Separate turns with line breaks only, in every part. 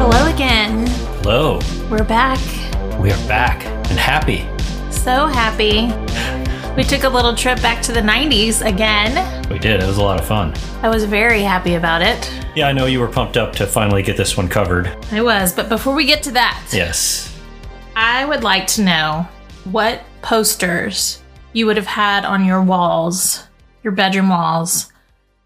Hello again.
Hello,
We're back.
we are back and happy.
So happy. We took a little trip back to the 90s again.
We did. It was a lot of fun.
I was very happy about it.
Yeah, I know you were pumped up to finally get this one covered.
I was. But before we get to that,
Yes.
I would like to know what posters you would have had on your walls, your bedroom walls,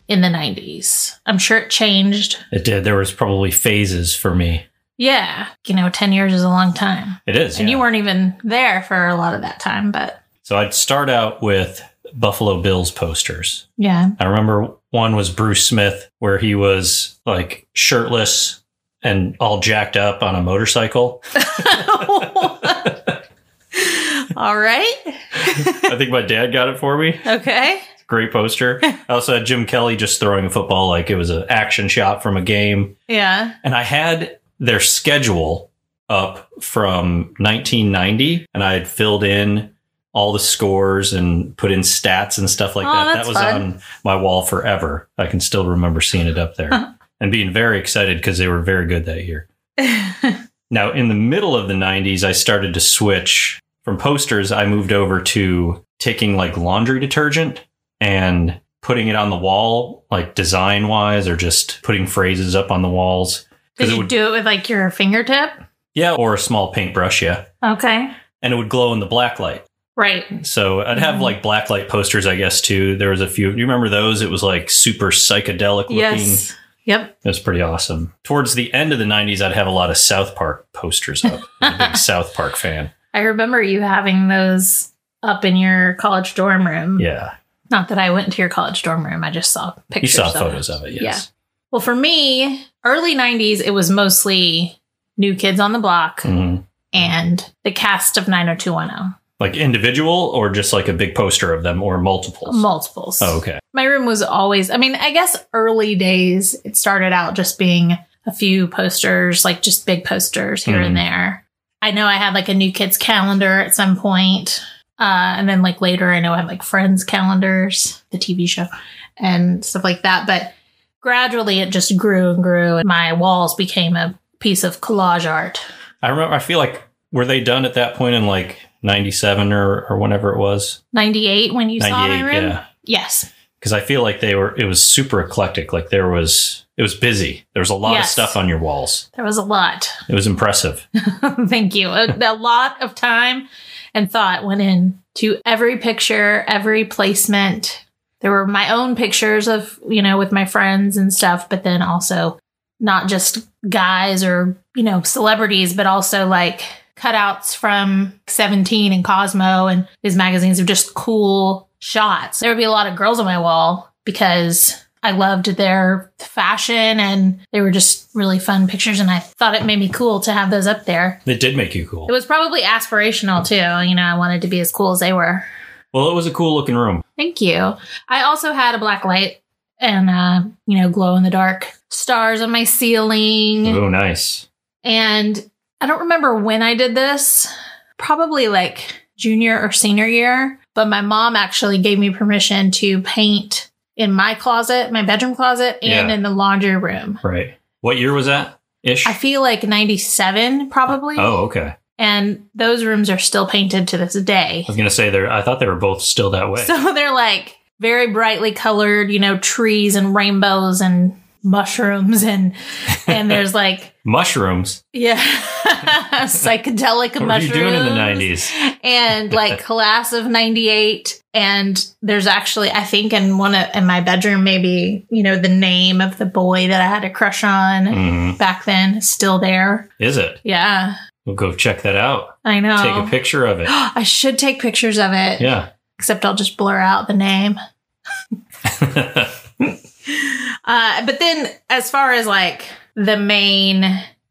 in the 90s. I'm sure it changed.
It did. There was probably phases for me.
Yeah. You know, 10 years is a long time.
It is.
And
yeah.
you weren't even there for a lot of that time, but
So I'd start out with Buffalo Bills posters.
yeah.
I remember one was Bruce Smith where he was like shirtless and all jacked up on a motorcycle.
All right.
I think my dad got it for me.
Okay.
Great poster. I also had Jim Kelly just throwing a football like it was an action shot from a game.
Yeah.
and I had their schedule up from 1990, and I had filled in all the scores and put in stats and stuff like
Oh,
that.
that's
That was
fun.
on my wall forever. I can still remember seeing it up there and being very excited because they were very good that year. Now, in the middle of the 90s, I started to switch from posters. I moved over to taking like laundry detergent and putting it on the wall, like design wise, or just putting phrases up on the walls.
Did
'Cause it
you
would-
do it with like your fingertip?
Yeah, or a small paintbrush, yeah.
Okay.
And it would glow in the black light.
Right.
So I'd have
Mm-hmm.
like black light posters, I guess, too. There was a few. You remember those? It was like super psychedelic looking.
Yes. Yep.
It was pretty awesome. Towards the end of the 90s, I'd have a lot of South Park posters up. I'm a big South Park fan.
I remember you having those up in your college dorm room.
Yeah.
Not that I went to your college dorm room. I just saw
You
pictures.
saw
of
photos
It.
of it, yes.
Well, for me, early 90s, it was mostly New Kids on the Block
Mhm.
and the cast of 90210.
Like individual or just like a big poster of them or multiples?
Multiples.
oh, okay.
My room was always, I mean, I guess early days, it started out just being a few posters, like just big posters here and
Mhm.
there. I know I had like a new kids calendar at some point. Uh, and then like later, I know I had like friends calendars, the TV show and stuff like that. But gradually it just grew and grew. And my walls became a piece of collage art.
I remember, I feel like, were they done at that point in like 97 or, or whenever it was?
98 when you saw my
98,
room?
yeah.
Yes.
Because I feel like they were, it was super eclectic. Like there was, it was busy. There was a lot of
Yes.
stuff on your walls.
There was a lot.
It was impressive.
Thank you. A, a lot of time and thought went in to every picture, every placement. There were my own pictures of, you know, with my friends and stuff, but then also not just guys or, you know, celebrities, but also like cutouts from 17 and Cosmo and these magazines of just cool shots. There would be a lot of girls on my wall because I loved their fashion and they were just really fun pictures. And I thought it made me cool to have those up there.
It did make you cool.
It was probably aspirational too. You know, I wanted to be as cool as they were.
well, it was a cool looking room.
Thank you. I also had a black light and, uh, you know, glow in the dark stars on my ceiling.
Oh, nice.
And I don't remember when I did this, probably like junior or senior year, but my mom actually gave me permission to paint in my closet, my bedroom closet, and
Yeah.
in the laundry room.
Right. What year was that? Ish.
I feel like 97 probably.
oh, okay.
And those rooms are still painted to this day.
I was gonna say there. I thought they were both still that way.
So they're like very brightly colored, you know, trees and rainbows and mushrooms and and there's like
mushrooms.
yeah, psychedelic
What were you
mushrooms.
doing in the nineties?
and like class of 98 and there's actually i think in one of in my bedroom maybe you know the name of the boy that i had a crush on
Mm.
back then is still there
Mm-hmm. Is it?
yeah
We'll go check that out.
i know
Take a picture of it.
i should take pictures of it
Yeah.
except i'll just blur out the name uh, but then as far as like the main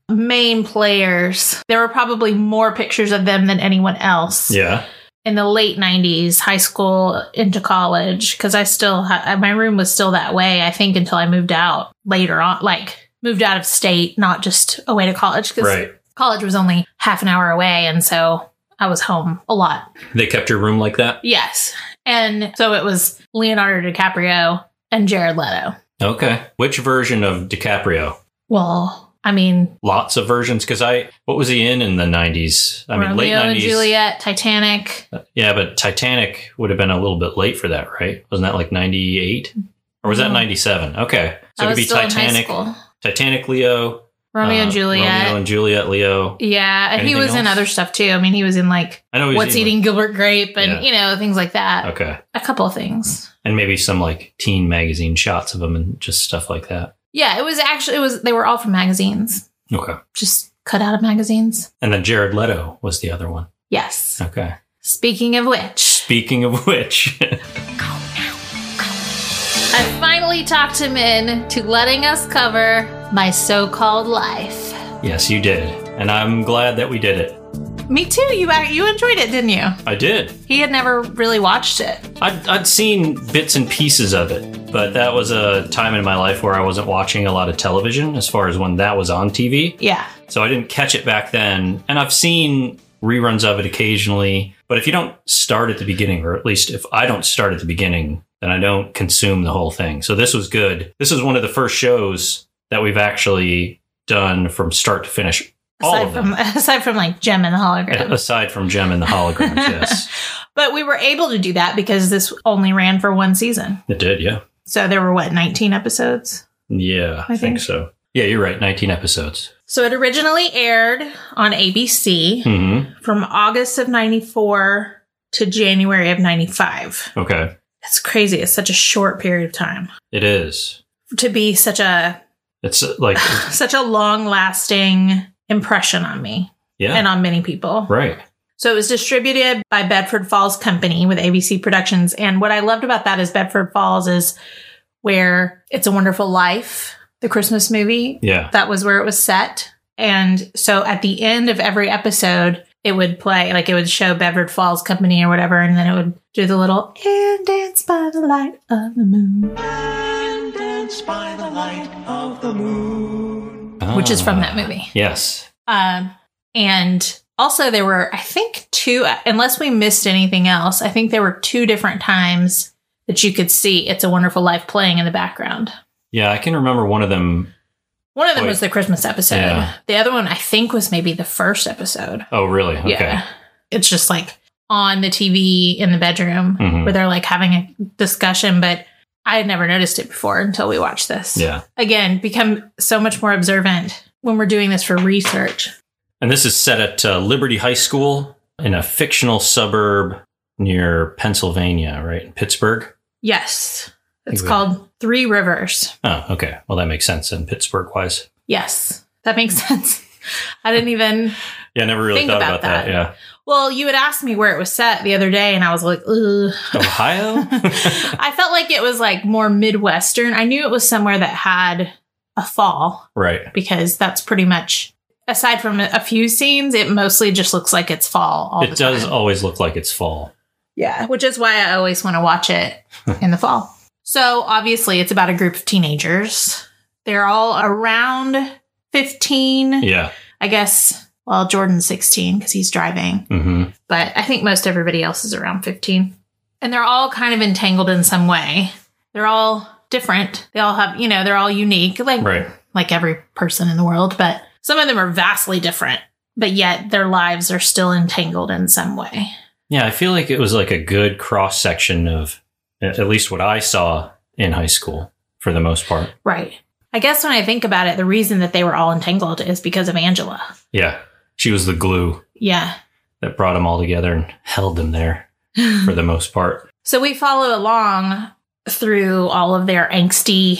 main players there were probably more pictures of them than anyone else
yeah.
in the late 90s high school into college because i still ha- my room was still that way i think until i moved out later on like moved out of state not just away to college because
Right.
college was only half an hour away. And so I was home a lot.
They kept your room like that?
Yes. And so it was Leonardo DiCaprio and Jared Leto.
Okay. Which version of DiCaprio?
Well, I mean,
Lots of versions because I what was he in in the 90s? I mean
Romeo
late 90s.
and Juliet, Titanic.
Yeah, but Titanic would have been a little bit late for that, right? Wasn't that like 98? Or was that
No.
97? Okay. So
I
it
was
could be
still in high
Titanic,
school.
Titanic Leo,
Romeo and
uh,
Juliet.
Romeo and Juliet Leo.
yeah, and he
Anything
was in
else?
other stuff too. I mean, he was in like
I know he was
What's
in, like-
Eating Gilbert Grape and
Yeah.
you know things like that.
Okay.
A couple of things.
And maybe some like teen magazine shots of him and just stuff like that.
Yeah, it was actually it was they were all from magazines,
Okay.
just cut out of magazines.
And then Jared Leto was the other one.
Yes.
Okay.
Speaking of which,
Speaking of which,
I finally talked him in to letting us cover my so-called life.
yes, you did. And I'm glad that we did it.
Me too. You ac- you enjoyed it, didn't you?
I did.
He had never really watched it.
I'd, I'd seen bits and pieces of it, but that was a time in my life where I wasn't watching a lot of television as far as when that was on TV.
Yeah.
So I didn't catch it back then. And I've seen reruns of it occasionally. But if you don't start at the beginning, or at least if I don't start at the beginning, then I don't consume the whole thing. So this was good. This is one of the first shows that we've actually done from start to finish. All
Aside
of
from
them.
aside from like Gem and the hologram.
Aside from Gem and the Holograms, yes.
But we were able to do that because this only ran for one season.
It did, yeah.
So there were what, 19 episodes?
Yeah, I,
I
think
think-
so. Yeah, you're right. 19 episodes.
So it originally aired on ABC
hmm
from August of 94 to January of 95.
Okay.
That's crazy. It's such a short period of time
It is.
to be such a
It's uh, like,
such a long-lasting impression on me
yeah.
and on many people.
right.
So it was distributed by Bedford Falls Company with ABC Productions. And what I loved about that is Bedford Falls is where It's a Wonderful Life, the Christmas movie,
Yeah.
that was where it was set. And so at the end of every episode, it would play, like it would show Bedford Falls Company or whatever. And then it would do the little, and dance by the light of the moon,
and dance by the light of the moon.
which is from that
Ah.
movie.
Yes.
Um, and also there were, I think, two, unless we missed anything else, I think there were two different times that you could see It's a Wonderful Life playing in the background.
Yeah, I can remember one of them.
One of them
Wait.
was the Christmas episode.
Yeah.
The other one, I think, was maybe the first episode.
Oh, really? Okay.
Yeah. It's just like on the TV in the bedroom
Mhm.
where they're like having a discussion, but I had never noticed it before until we watched this.
Yeah.
Again, become so much more observant when we're doing this for research.
And this is set at uh, Liberty High School in a fictional suburb near Pennsylvania, right? In Pittsburgh.
Yes. It's
Think we-
called Three Rivers.
Oh, okay. Well, that makes sense in Pittsburgh wise.
Yes. That makes sense. I didn't even.
Yeah, I never really
Think
thought about,
about
that.
Well, you had asked me where it was set the other day, and I was like, ugh.
Yeah. Ohio?
I felt like it was like more Midwestern. I knew it was somewhere that had a fall
right.
because that's pretty much, aside from a a few scenes, it mostly just looks like it's fall all the
It does
time.
always look like it's fall.
Yeah. Which is why I always want to watch it in the fall. So obviously, it's about a group of teenagers. They're all around 15.
Yeah.
I guess, well, Jordan's 16 because he's driving,
hmm
but I think most everybody else is around 15. And they're all kind of entangled in some way. They're all different. They all have, you know, they're all unique, like
Right.
like every person in the world, but some of them are vastly different, but yet their lives are still entangled in some way.
Yeah, I feel like it was like a good cross section of at at least what I saw in high school for the most part.
Right. I guess when I think about it, the reason that they were all entangled is because of Angela.
Yeah. She was the glue
Yeah.
that brought them all together and held them there for the most part.
So we follow along through all of their angsty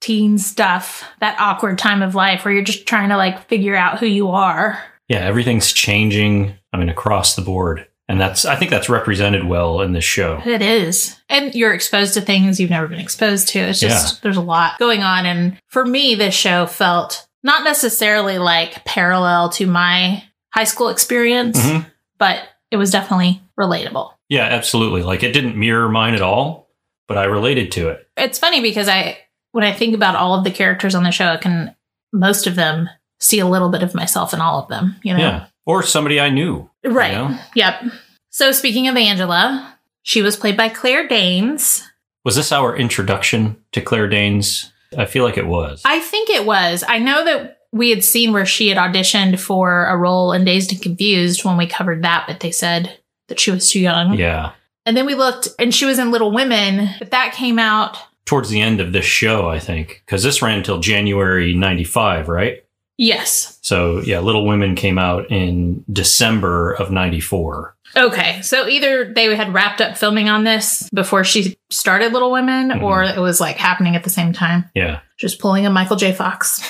teen stuff, that awkward time of life where you're just trying to like figure out who you are.
Yeah, everything's changing. I mean, across the board, and that's I think that's represented well in this show.
It is. And you're exposed to things you've never been exposed to. It's just there's a lot going on. And for me, this show felt not necessarily like parallel to my high school experience,
Mhm.
but it was definitely relatable.
Yeah, absolutely. Like it didn't mirror mine at all, but I related to it.
It's funny because I, when I think about all of the characters on the show, I can, most of them see a little bit of myself in all of them, you know?
Yeah. Or somebody I knew. you
Right.
know?
Yep. So speaking of Angela, she was played by Claire Danes.
Was this our introduction to Claire Danes? I feel like it was.
I think it was. I know that we had seen where she had auditioned for a role in Dazed and Confused when we covered that, but they said that she was too young.
yeah.
And then we looked and she was in Little Women, but that came out.
Towards the end of this show, I think, because this ran until January 95, right?
Yes.
So, yeah, Little Women came out in December of 94.
Okay. So either they had wrapped up filming on this before she started Little Women,
Mhm.
or it was like happening at the same time.
Yeah.
Just pulling a Michael J. Fox.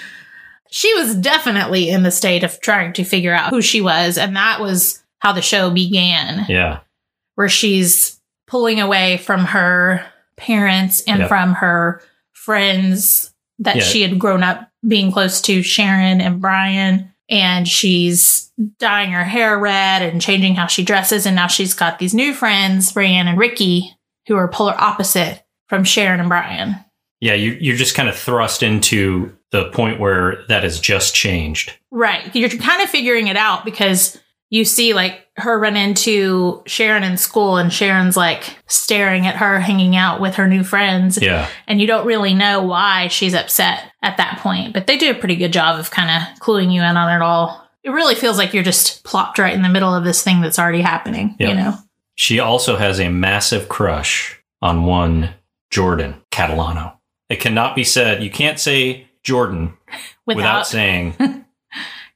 she was definitely in the state of trying to figure out who she was. And that was how the show began,
Yeah.
where she's pulling away from her parents and
Yep.
from her friends that
Yeah.
she had grown up being close to, Sharon and Brian. And she's dyeing her hair red and changing how she dresses. And now she's got these new friends, Brianne and Ricky, who are polar opposite from Sharon and Brian.
Yeah. You, you're just kind of thrust into the point where that has just changed.
Right. You're kind of figuring it out because you see like her run into Sharon in school and Sharon's like staring at her hanging out with her new friends
Yeah.
and you don't really know why she's upset at that point, but they do a pretty good job of kind of cluing you in on it all. It really feels like you're just plopped right in the middle of this thing that's already happening,
Yeah.
you know.
She also has a massive crush on one Jordan Catalano. It cannot be said, you can't say Jordan without,
Without,
saying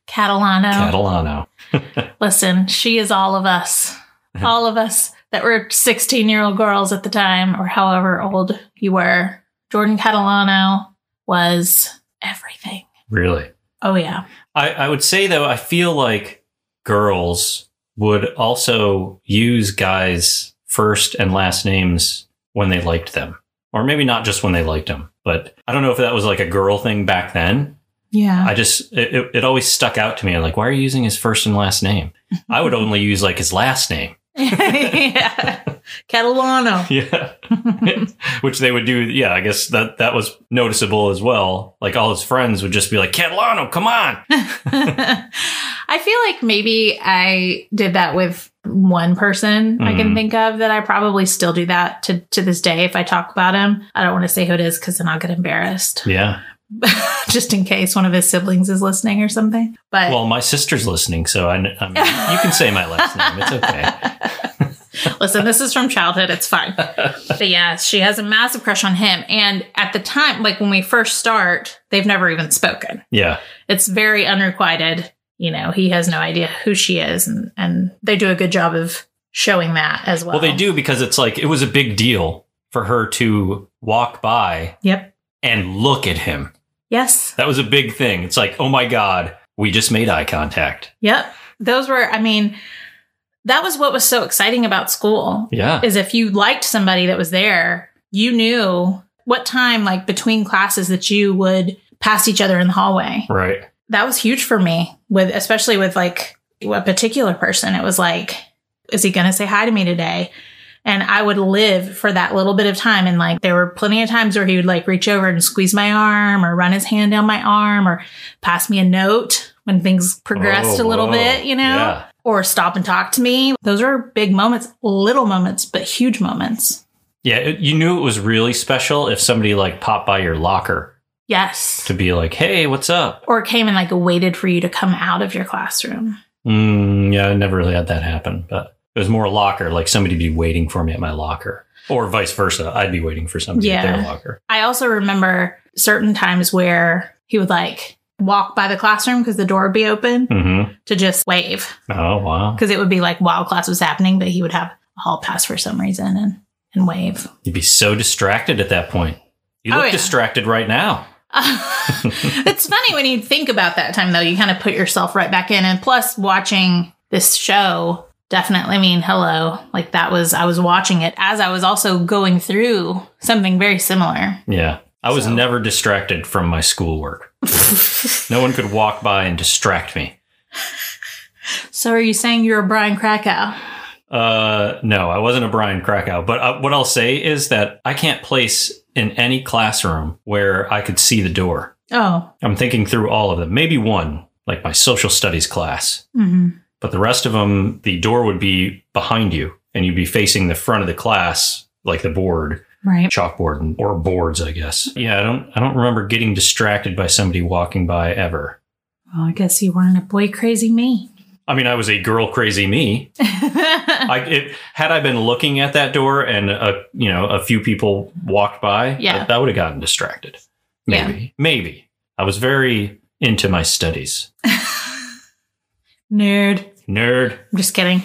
Catalano.
Catalano.
Listen, she is all of us.
Mm-hmm.
All of us that were 16 year old girls at the time, or however old you were. Jordan Catalano was everything.
Really?
Oh, yeah.
I, I would say, though, I feel like girls would also use guys' first and last names when they liked them. Or maybe not just when they liked them, but I don't know if that was like a girl thing back then.
Yeah.
I just, it, it, it always stuck out to me. Like, why are you using his first and last name? I would only use like his last name.
yeah. Catalano.
Yeah. Which they would do. Yeah, I guess that that was noticeable as well. Like all his friends would just be like, Catalano, come on.
I feel like maybe I did that with one person I
Mhm.
can think of that I probably still do that to, to this day if I talk about him. I don't want to say who it is because then I'll get embarrassed.
Yeah.
just in case one of his siblings is listening or something. But
Well, my sister's listening, so I, I mean, you can say my last name. It's okay.
Listen, this is from childhood. It's fine. But yeah, she has a massive crush on him. And at the time, like when we first start, they've never even spoken.
Yeah.
It's very unrequited. You know, he has no idea who she is. And, and they do a good job of showing that as well.
Well, they do because it's like it was a big deal for her to walk by
Yep.
and look at him.
Yes.
That was a big thing. It's like, oh my God, we just made eye contact.
Yep. Those were, I mean, that was what was so exciting about school
Yeah.
is if you liked somebody that was there, you knew what time, like between classes, that you would pass each other in the hallway.
Right.
That was huge for me, with especially with like a particular person. It was like, is he going to say hi to me today? And I would live for that little bit of time. And like, there were plenty of times where he would like reach over and squeeze my arm or run his hand down my arm or pass me a note when things progressed
Oh,
a little
whoa.
bit, you know?
Yeah.
or stop and talk to me. Those are big moments, little moments, but huge moments.
Yeah. It, you knew it was really special if somebody like popped by your locker
Yes.
to be like, hey, what's up?
Or came and like waited for you to come out of your classroom.
Mm, yeah. I never really had that happen, but it was more locker, like somebody be waiting for me at my locker. Or vice versa. I'd be waiting for somebody at their
Yeah.
locker.
I also remember certain times where he would like walk by the classroom because the door would be open
hmm
to just wave
Oh wow!
because it would be like while class was happening, but he would have a hall pass for some reason and, and wave.
You'd be so distracted at that point. You
Oh,
look
yeah.
distracted right now.
it's funny when you think about that time though you kind of put yourself right back in and plus watching this show definitely I mean hello like that was i was watching it as i was also going through something very similar
Yeah, I was
So-
never distracted from my schoolwork. No one could walk by and distract me.
so are you saying you're a brian krakow
Uh, no, I wasn't a Brian Krakow. But uh, what I'll say is that I can't place in any classroom where I could see the door.
Oh.
I'm thinking through all of them, maybe one, like my social studies class.
hmm
But the rest of them, the door would be behind you and you'd be facing the front of the class, like the board,
Right.
chalkboard, and, or boards, I guess. Yeah, I don't, I don't remember getting distracted by somebody walking by ever.
Well, I guess you weren't a boy crazy me.
I mean, I was a girl crazy me.
yeah.
I, it, had I been looking at that door and a you know a few people walked by,
Yeah.
that, would have gotten distracted. Maybe, maybe I was very into my studies,
Nerd.
nerd.
I'm just kidding.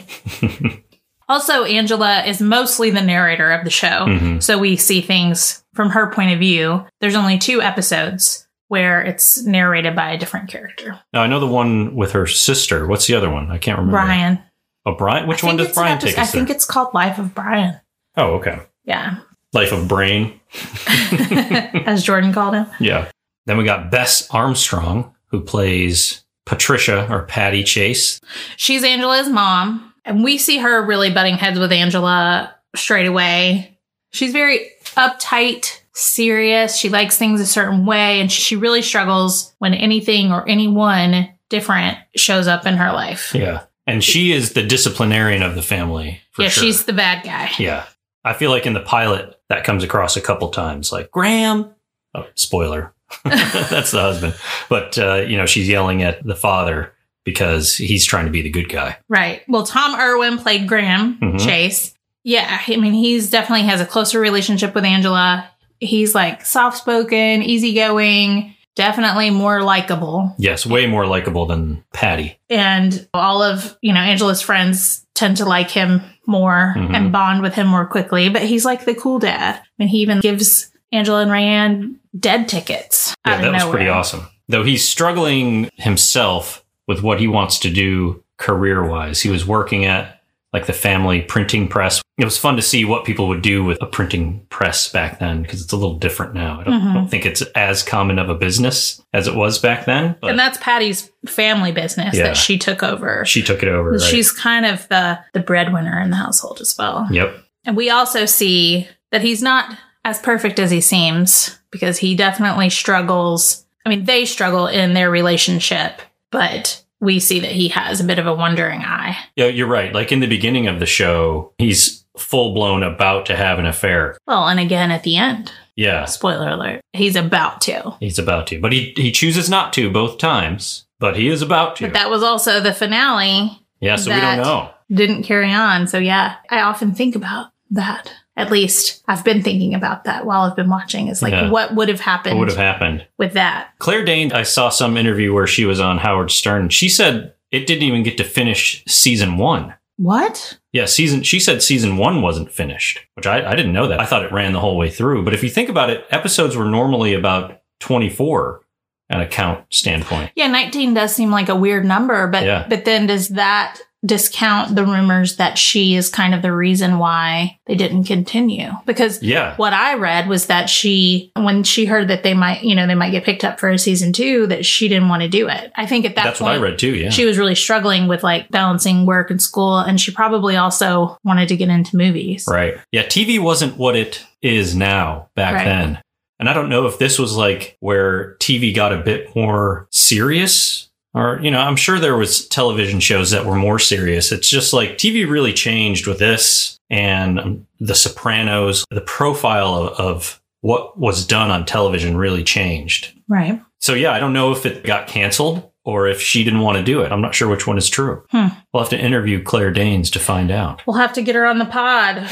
also, Angela is mostly the narrator of the show.
Mhm.
So we see things from her point of view. There's only two episodes where it's narrated by a different character.
Now I know the one with her sister. What's the other one? I can't remember.
Brian.
Oh, Brian. Which
I
one
think
does
it's an
Brian
episode-
take us
I
through?
think it's called Life of Brian.
oh, okay.
Yeah.
Life of Brain.
As Jordan called him.
Yeah. Then we got Bess Armstrong, who plays Patricia or Patty Chase.
She's Angela's mom, and we see her really butting heads with Angela straight away. She's very uptight, serious. She likes things a certain way, and she really struggles when anything or anyone different shows up in her life.
Yeah. And she is the disciplinarian of the family. For
yeah,
sure.
she's the bad guy.
Yeah. I feel like in the pilot, that comes across a couple times like, Graham. Oh, spoiler. That's the husband. But, uh, you know, she's yelling at the father because he's trying to be the good guy.
Right. Well, Tom Irwin played Graham
Mhm.
Chase. Yeah, I mean, he's definitely has a closer relationship with Angela. He's like soft spoken, easygoing, definitely more likable.
Yes, way more likable than Patty.
and all of you know angela's friends tend to like him more
Mhm.
and bond with him more quickly but he's like the cool dad I mean, he even gives angela and ryan dead tickets
Yeah,
out
that
of
was
nowhere.
pretty awesome. Though he's struggling himself with what he wants to do career wise. He was working at like the family printing press. It was fun to see what people would do with a printing press back then because it's a little different now. I don't, I
Mm-hmm.
don't think it's as common of a business as it was back then. But
and that's patty's family business
Yeah.
that she took over
She took it over. Right?
she's kind of the the breadwinner in the household as well
yep.
and we also see that he's not as perfect as he seems because he definitely struggles i mean they struggle in their relationship but we see that he has a bit of a wondering eye
Yeah, you're right. Like in the beginning of the show, he's full blown about to have an affair.
Well, and again at the end,
Yeah,
spoiler alert, he's about to.
he's about to, but he he chooses not to both times. But he is about to.
But that was also the finale
yeah, so we
that-
don't know.
didn't carry on. So yeah, I often think about that. At least I've been thinking about that while I've been watching. It's like
Yeah.
what would have happened
What would have happened?
with that?
Claire Dane, I saw some interview where she was on Howard Stern. She said it didn't even get to finish season one.
What?
Yeah, season. She said season one wasn't finished, which I, I didn't know that. I thought it ran the whole way through. But if you think about it, episodes were normally about twenty four at a count standpoint.
Yeah, 19 does seem like a weird number, but
Yeah.
but then does that discount the rumors that she is kind of the reason why they didn't continue? Because
Yeah,
what I read was that she, when she heard that they might, you know, they might get picked up for a season two, that she didn't want to do it. I think at that
that's
point,
what I read too. Yeah,
she was really struggling with like balancing work and school, and she probably also wanted to get into movies.
right. Yeah, TV wasn't what it is now back
Right.
then, and I don't know if this was like where TV got a bit more serious. Or you know, I'm sure there was television shows that were more serious. It's just like TV really changed with this and um, The Sopranos. The profile of, of what was done on television really changed.
Right.
So yeah, I don't know if it got canceled or if she didn't want to do it. I'm not sure which one is true.
Hmm.
We'll have to interview Claire Danes to find out.
We'll have to get her on the pod.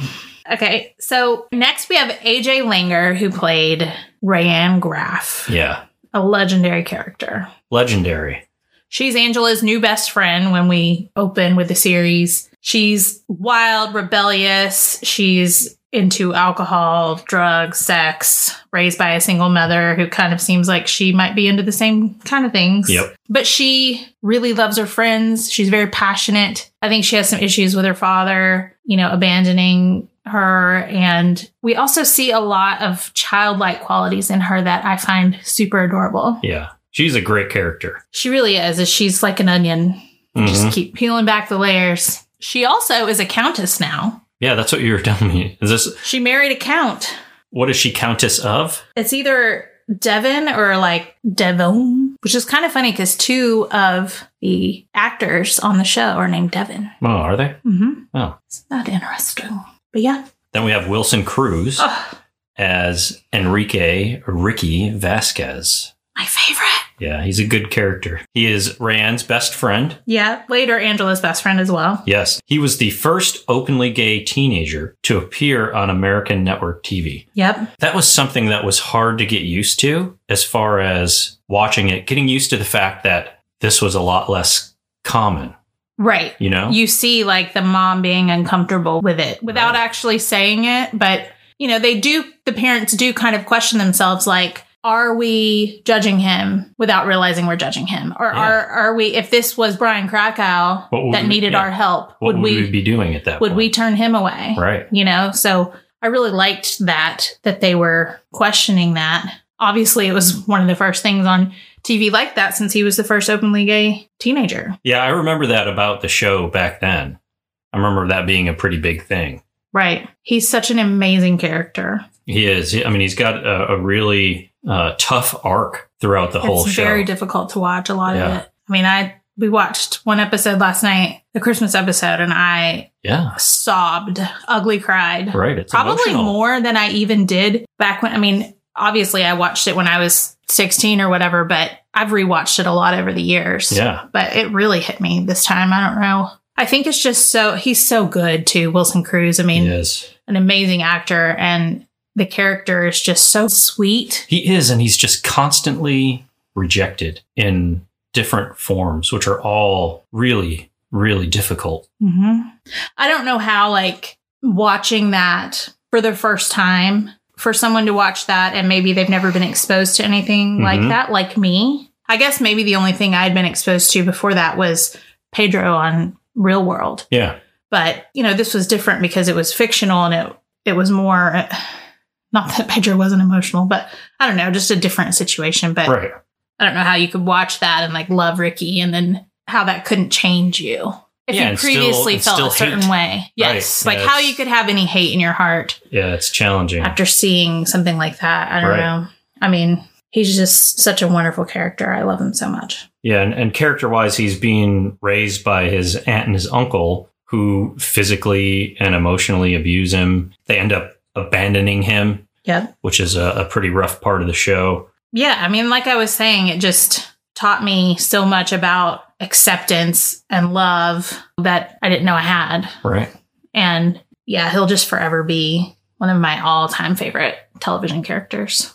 okay. So next we have AJ Langer, who played Rayanne Graff,
yeah,
a legendary character.
legendary.
She's Angela's new best friend when we open with the series. She's wild, rebellious. She's into alcohol, drugs, sex, raised by a single mother who kind of seems like she might be into the same kind of things.
Yep.
But she really loves her friends. She's very passionate. I think she has some issues with her father, you know, abandoning her. And we also see a lot of childlike qualities in her that I find super adorable.
Yeah, she's a great character.
She really is. is She's like an onion.
Mhm.
Just keep peeling back the layers. She also is a countess now.
Yeah, that's what you were telling me. Is this
She married a count.
what is she countess of?
It's either Devon or like Devon, which is kind of funny because two of the actors on the show are named Devon.
Oh, are they?
Mm-hmm.
Oh.
It's not interesting. But yeah.
Then we have Wilson Cruz
Ugh,
as Enrique Ricky Vasquez.
my favorite.
Yeah, he's a good character. He is Rand's best friend.
Yeah. Later, Angela's best friend as well.
Yes, he was the first openly gay teenager to appear on American network TV.
Yep.
That was something that was hard to get used to as far as watching it, getting used to the fact that this was a lot less common,
Right.
you know?
You see, like, the mom being uncomfortable with it without
Right.
actually saying it. But, you know, they do, the parents do kind of question themselves, like, are we judging him without realizing we're judging him? Or
Yeah.
are, are we, if this was Brian Krakow
What would
that
we-
needed
yeah.
our help,
what
would
would we,
we,
be doing at that
would we
point?
turn him away?
right.
you know so i really liked that that they were questioning that obviously it was one of the first things on tv like that since he was the first openly gay teenager
Yeah, I remember that about the show back then. I remember that being a pretty big thing.
right he's such an amazing character
He is. I mean, he's got a, a really uh, tough arc throughout the whole
it's
show.
very difficult to watch a lot
Yeah.
of it i mean i we watched one episode last night the christmas episode and i
yeah,
sobbed ugly cried
right. It's
probably
emotional.
more than I even did back when. I mean, obviously, I watched it when I was 16 or whatever, but I've rewatched it a lot over the years.
Yeah.
But it really hit me this time. I don't know. I think it's just so, he's so good too, Wilson Cruz. I mean,
he is.
an amazing actor, and the character is just so sweet.
He is, and he's just constantly rejected in different forms, which are all really, really difficult.
Mm-hmm. I don't know how, like, watching that for the first time for someone to watch that and maybe they've never been exposed to anything like
Mhm.
that, like me. I guess maybe the only thing I'd been exposed to before that was Pedro on Real World.
Yeah.
But, you know, this was different because it was fictional and it, it was more, not that Pedro wasn't emotional, but I don't know, just a different situation. But
Right.
I don't know how you could watch that and like love Ricky and then how that couldn't change you. If
Yeah,
you
and still-
previously
and
felt
still
a certain
hate.
way. Yes.
Right,
Like
yeah,
how
it's-
you could have any hate in your heart
Yeah, it's challenging.
after seeing something like that. I don't
Right.
know. I mean, he's just such a wonderful character. I love him so much.
Yeah, and, and character wise, he's being raised by his aunt and his uncle who physically and emotionally abuse him. They end up abandoning him,
Yep.
which is a, a pretty rough part of the show.
Yeah. I mean, like I was saying, it just taught me so much about acceptance and love that I didn't know I had.
Right.
And yeah, he'll just forever be one of my all time favorite television characters.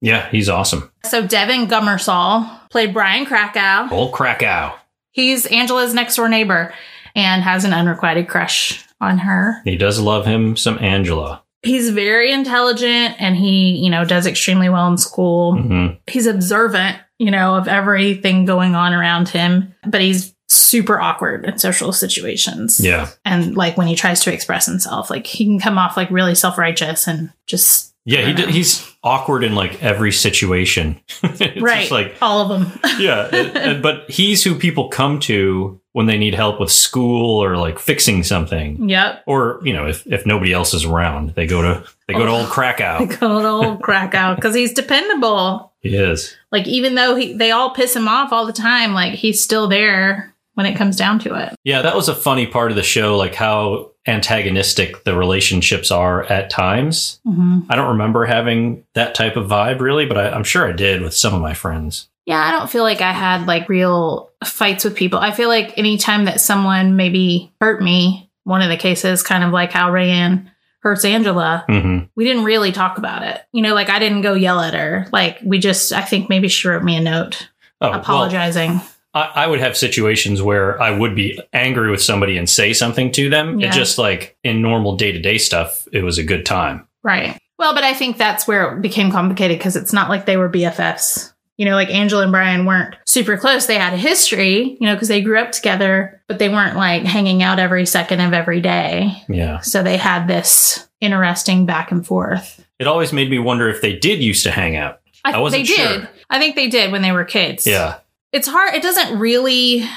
Yeah, he's awesome.
So Devin Gummersall played Brian Krakow.
Old Krakow.
He's Angela's next door neighbor and has an unrequited crush on her.
He does love him some Angela.
He's very intelligent and he, you know, does extremely well in school.
hmm
He's observant, you know, of everything going on around him, but he's super awkward in social situations.
Yeah.
And like when he tries to express himself, like he can come off like really self-righteous and just
Yeah, he d- he's awkward in like every situation. It's just
right
like
all of them.
yeah, it- it- but he's who people come to when they need help with school or like fixing something.
yep.
or you know if, if nobody else is around they go to they go to old krakow
Good old "Oh, Krakow because he's dependable.
he is
Like even though he, they all piss him off all the time, like he's still there when it comes down to it.
yeah that was a funny part of the show like how antagonistic the relationships are at times i don't remember having that type of vibe really but I, i'm sure i did with some of my friends
Yeah, I don't feel like I had like real fights with people. I feel like anytime that someone maybe hurt me, one of the cases, kind of like how Rayanne hurts Angela,
mm-hmm.
we didn't really talk about it. You know, like I didn't go yell at her. Like we just, I think maybe she wrote me a note
oh, well,
apologizing.
I, I would have situations where i would be angry with somebody and say something to them
Yeah.
it just like in normal day-to-day stuff it was a good time
Right. Well, but I think that's where it became complicated because it's not like they were BFFs. You know, like Angela and Brian weren't super close. They had a history, you know, because they grew up together, but they weren't like hanging out every second of every day.
yeah
So they had this interesting back and forth.
it always made me wonder if they did used to hang out
I,
I wasn't
they did.
sure.
I think they did when they were kids.
yeah
It's hard. It doesn't really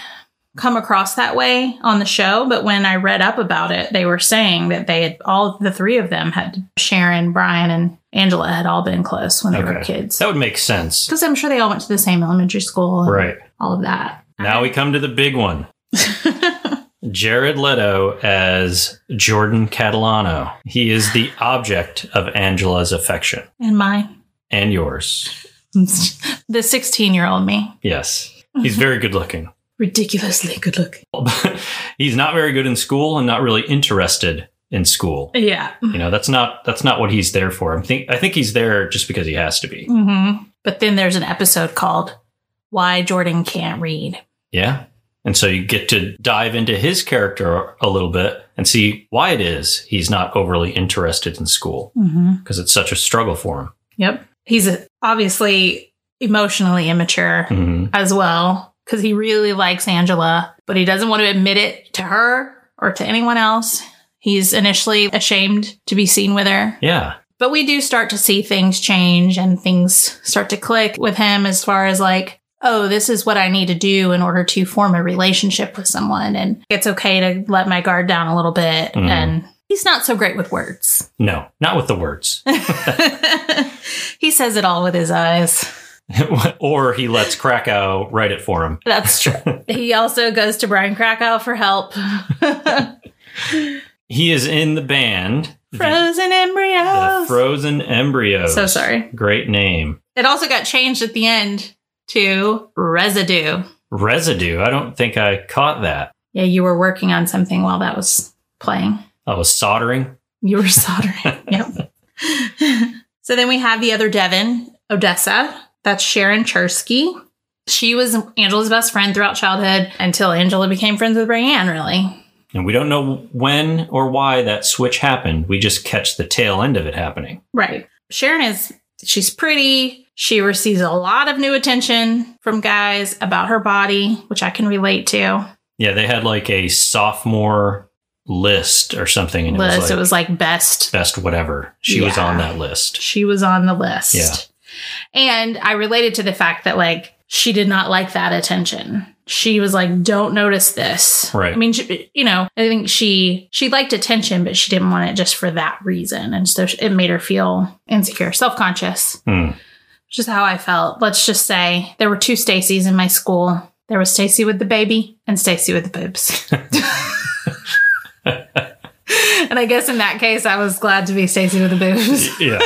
come across that way on the show, but when I read up about it, they were saying that they had all the three of them had Sharon, Brian, and Angela had all been close when they were
Okay.
kids.
That would make sense.
Because I'm sure they all went to the same elementary school and
Right.
all of that.
Now we come to the big one. Jared Leto as Jordan Catalano. He is the object of Angela's affection
and my
and yours.
the 16 year old me.
Yes. He's very good looking.
Ridiculously good looking.
He's not very good in school and not really interested in school.
Yeah.
You know, that's not that's not what he's there for. I think I think he's there just because he has to be.
hmm But then there's an episode called Why Jordan Can't Read.
Yeah. And so you get to dive into his character a little bit and see why it is he's not overly interested in school
Mm-hmm.
because it's such a struggle for him.
Yep. He's uh, obviously emotionally immature
hmm
as well because he really likes Angela, but he doesn't want to admit it to her or to anyone else. He's initially ashamed to be seen with her.
Yeah.
But we do start to see things change and things start to click with him as far as like, oh, this is what I need to do in order to form a relationship with someone. And it's okay to let my guard down a little bit.
Mhm.
And he's not so great with words.
No, not with the words.
he says it all with his eyes.
or he lets Krakow write it for him.
That's true. he also goes to Brian Krakow for help.
He is in the band the,
Frozen
the
embryos.
Frozen Embryos.
So sorry.
Great name.
It also got changed at the end to residue.
Residue. I don't think I caught that.
Yeah, you were working on something while that was playing.
I was soldering.
You were soldering. yep. so then we have the other Devon, Odessa. That's Sharon Chersky. She was Angela's best friend throughout childhood until Angela became friends with Rayanne, really.
And we don't know when or why that switch happened. We just catch the tail end of it happening.
Right. Sharon is she's pretty. She receives a lot of new attention from guys about her body, which I can relate to.
Yeah, they had like a sophomore list or something, and
list.
it was like
it was like best.
best whatever. She was
Yeah.
on that list.
She was on the list.
Yeah.
And I related to the fact that like she did not like that attention. She was like, "Don't notice this."
Right.
I mean, she, you know, I think she she liked attention, but she didn't want it just for that reason, and so it made her feel insecure, self conscious.
Hmm.
which is how I felt. Let's just say there were two Stacys in my school. There was Stacy with the baby and Stacy with the boobs. and I guess in that case, I was glad to be Stacy with the boobs.
Yeah.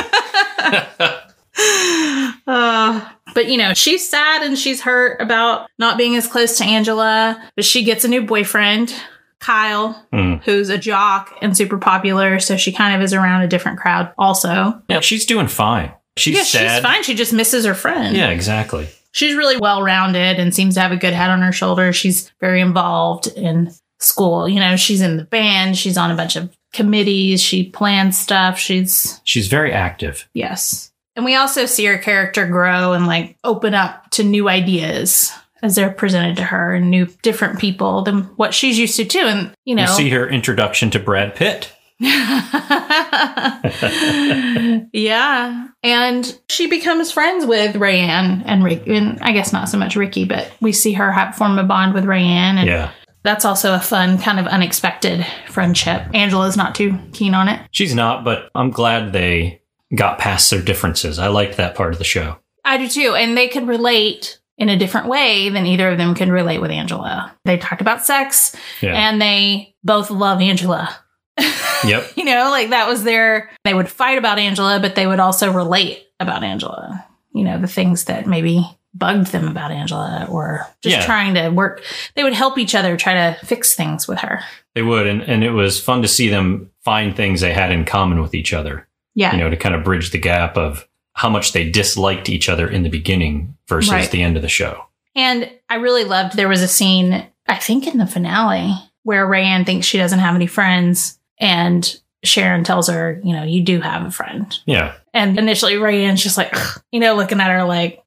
Uh, but you know, she's sad and she's hurt about not being as close to Angela, but she gets a new boyfriend, Kyle,
Hmm.
who's a jock and super popular. So she kind of is around a different crowd also.
Yeah, she's doing fine. She's
yeah,
sad.
she's fine. She just misses her friend.
Yeah, exactly.
She's really well rounded and seems to have a good head on her shoulders. She's very involved in school. You know, she's in the band, she's on a bunch of committees, she plans stuff. She's,
She's very active.
yes. And we also see her character grow and like open up to new ideas as they're presented to her and new different people than what she's used to too. And, you know,
You see her introduction to Brad Pitt.
yeah. And she becomes friends with Rayanne and Rick, and I guess not so much Ricky, but we see her have, form a bond with Rayanne. And
Yeah.
that's also a fun, kind of unexpected friendship. Angela's not too keen on it.
She's not, but I'm glad they got past their differences. I liked that part of the show.
I do too. And they could relate in a different way than either of them could relate with Angela. They talked about sex
Yeah.
and they both love Angela.
yep.
You know, like that was their, they would fight about Angela, but they would also relate about Angela. You know, the things that maybe bugged them about Angela or just
Yeah.
trying to work. They would help each other try to fix things with her.
They would. And, and it was fun to see them find things they had in common with each other,
Yeah.
you know, to kind of bridge the gap of how much they disliked each other in the beginning versus
Right.
the end of the show.
And I really loved there was a scene, I think in the finale, where Rayanne thinks she doesn't have any friends and Sharon tells her, you know, you do have a friend.
Yeah.
And initially, Rayanne's just like, you know, looking at her like,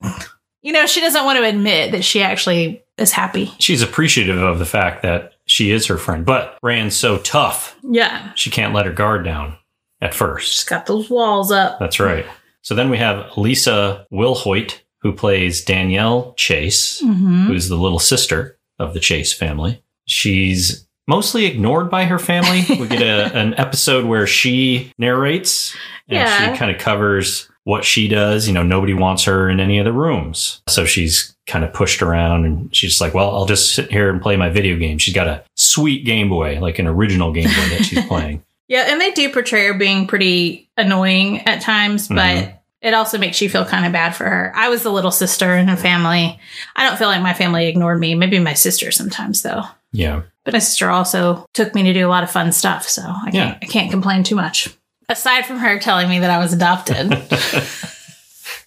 you know, she doesn't want to admit that she actually is happy.
She's appreciative of the fact that she is her friend, but Rand's so tough,
Yeah.
she can't let her guard down at first.
She's got those walls up.
That's right. So then we have Lisa Wilhoit, who plays Danielle Chase,
Mm-hmm.
who's the little sister. of the Chase family. She's mostly ignored by her family. We get a, an episode where she narrates and
Yeah.
she kind of covers what she does. You know, nobody wants her in any of the rooms. So she's kind of pushed around and she's just like, well, I'll just sit here and play my video game. She's got a sweet Game Boy, like an original Game Boy that she's playing.
Yeah, and they do portray her being pretty annoying at times, but
Mhm.
it also makes you feel kind of bad for her. I was the little sister in her family. I don't feel like my family ignored me. Maybe my sister sometimes though.
Yeah.
But my sister also took me to do a lot of fun stuff, so I can't
Yeah.
I can't complain too much. Aside from her telling me that I was adopted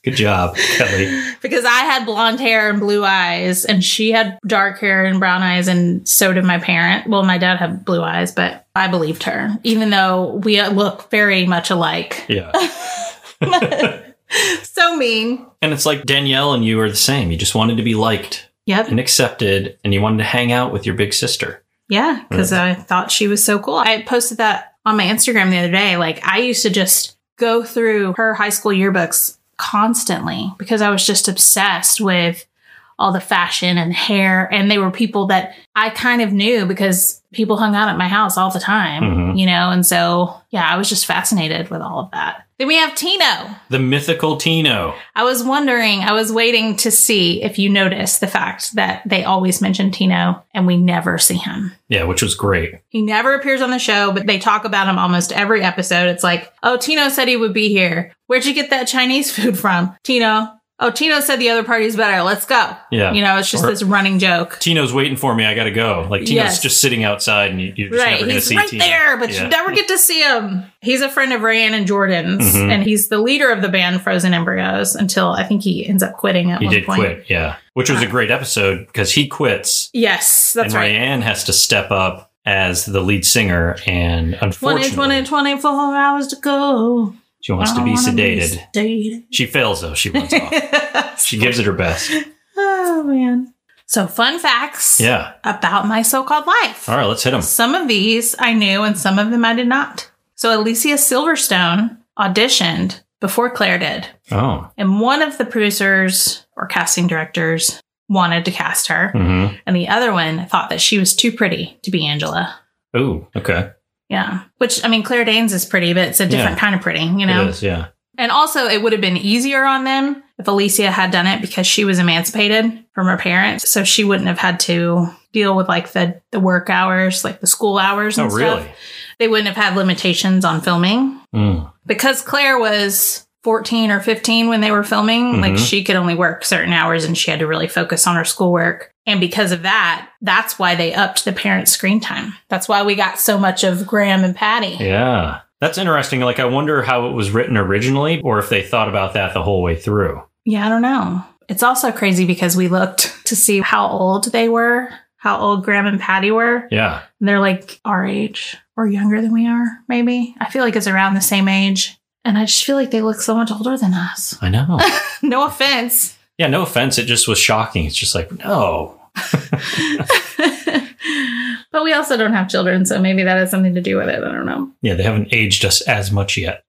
Good job, Kelly.
because I had blonde hair and blue eyes and she had dark hair and brown eyes and so did my parent. Well, my dad had blue eyes, but I believed her even though we look very much alike.
Yeah.
so mean.
And it's like Danielle and you are the same. You just wanted to be liked
Yep.
and accepted, and you wanted to hang out with your big sister.
Yeah, because I thought she was so cool. I posted that on my Instagram the other day. Like, I used to just go through her high school yearbooks constantly because I was just obsessed with all the fashion and hair. And they were people that I kind of knew because people hung out at my house all the time,
Mhm.
you know? And so, yeah, I was just fascinated with all of that. Then we have Tino.
The mythical Tino.
I was wondering, I was waiting to see if you noticed the fact that they always mention Tino and we never see him.
Yeah, which was great.
He never appears on the show, but they talk about him almost every episode. It's like, oh, Tino said he would be here. Where'd you get that Chinese food from? Tino. Oh, Tino said the other party's better. Let's go.
Yeah.
You know, it's just
Or-
this running joke.
Tino's waiting for me. I got to go. Like, Tino's
Yes.
just sitting outside, and you- you're just
Right.
never going to
He's
see
right
Tino.
there, but
Yeah.
you never get to see him. He's a friend of Rayanne and Jordan's,
Mhm.
and he's the leader of the band Frozen Embryos until I think he ends up quitting at
He
one
did
point.
quit. Yeah. Which was a great episode because he quits,
Yes, that's
and
right.
Ryan has to step up as the lead singer, and unfortunately,
20, 24 hours to go.
she wants to
I
be
wanna
sedated. Oh.
sedated.
She fails, though. She runs off. She gives it her best.
oh, man. So, fun facts
Yeah.
about my so called life.
All right, let's hit him.
Some of these I knew and some of them I did not. So, Alicia Silverstone auditioned before Claire did.
Oh.
And one of the producers or casting directors wanted to cast her,
Mm-hmm.
and the other one thought that she was too pretty to be Angela.
Ooh. Okay.
Yeah. Which, I mean, Claire Danes is pretty, but it's a different kind of pretty, you know?
It is. Yeah.
And also, it would have been easier on them if Alicia had done it because she was emancipated from her parents, so she wouldn't have had to deal with like the the work hours, like the school hours.
Oh,
And stuff.
really?
They wouldn't have had limitations on filming
Mm.
because Claire was. 14 or 15 when they were filming like
Mhm.
she could only work certain hours and she had to really focus on her schoolwork and because of that that's why they upped the parent screen time that's why we got so much of graham and patty
Yeah. That's interesting. Like, I wonder how it was written originally, or if they thought about that the whole way through.
Yeah, I don't know. It's also crazy because we looked to see how old they were, how old Graham and Patty were.
Yeah.
And they're like our age or younger than we are, maybe. I feel like it's around the same age. And I just feel like they look so much older than us.
I know.
No offense.
yeah. No offense. It just was shocking. It's just like, no.
but we also don't have children, so maybe that has something to do with it. I don't know.
Yeah. They haven't aged us as much yet.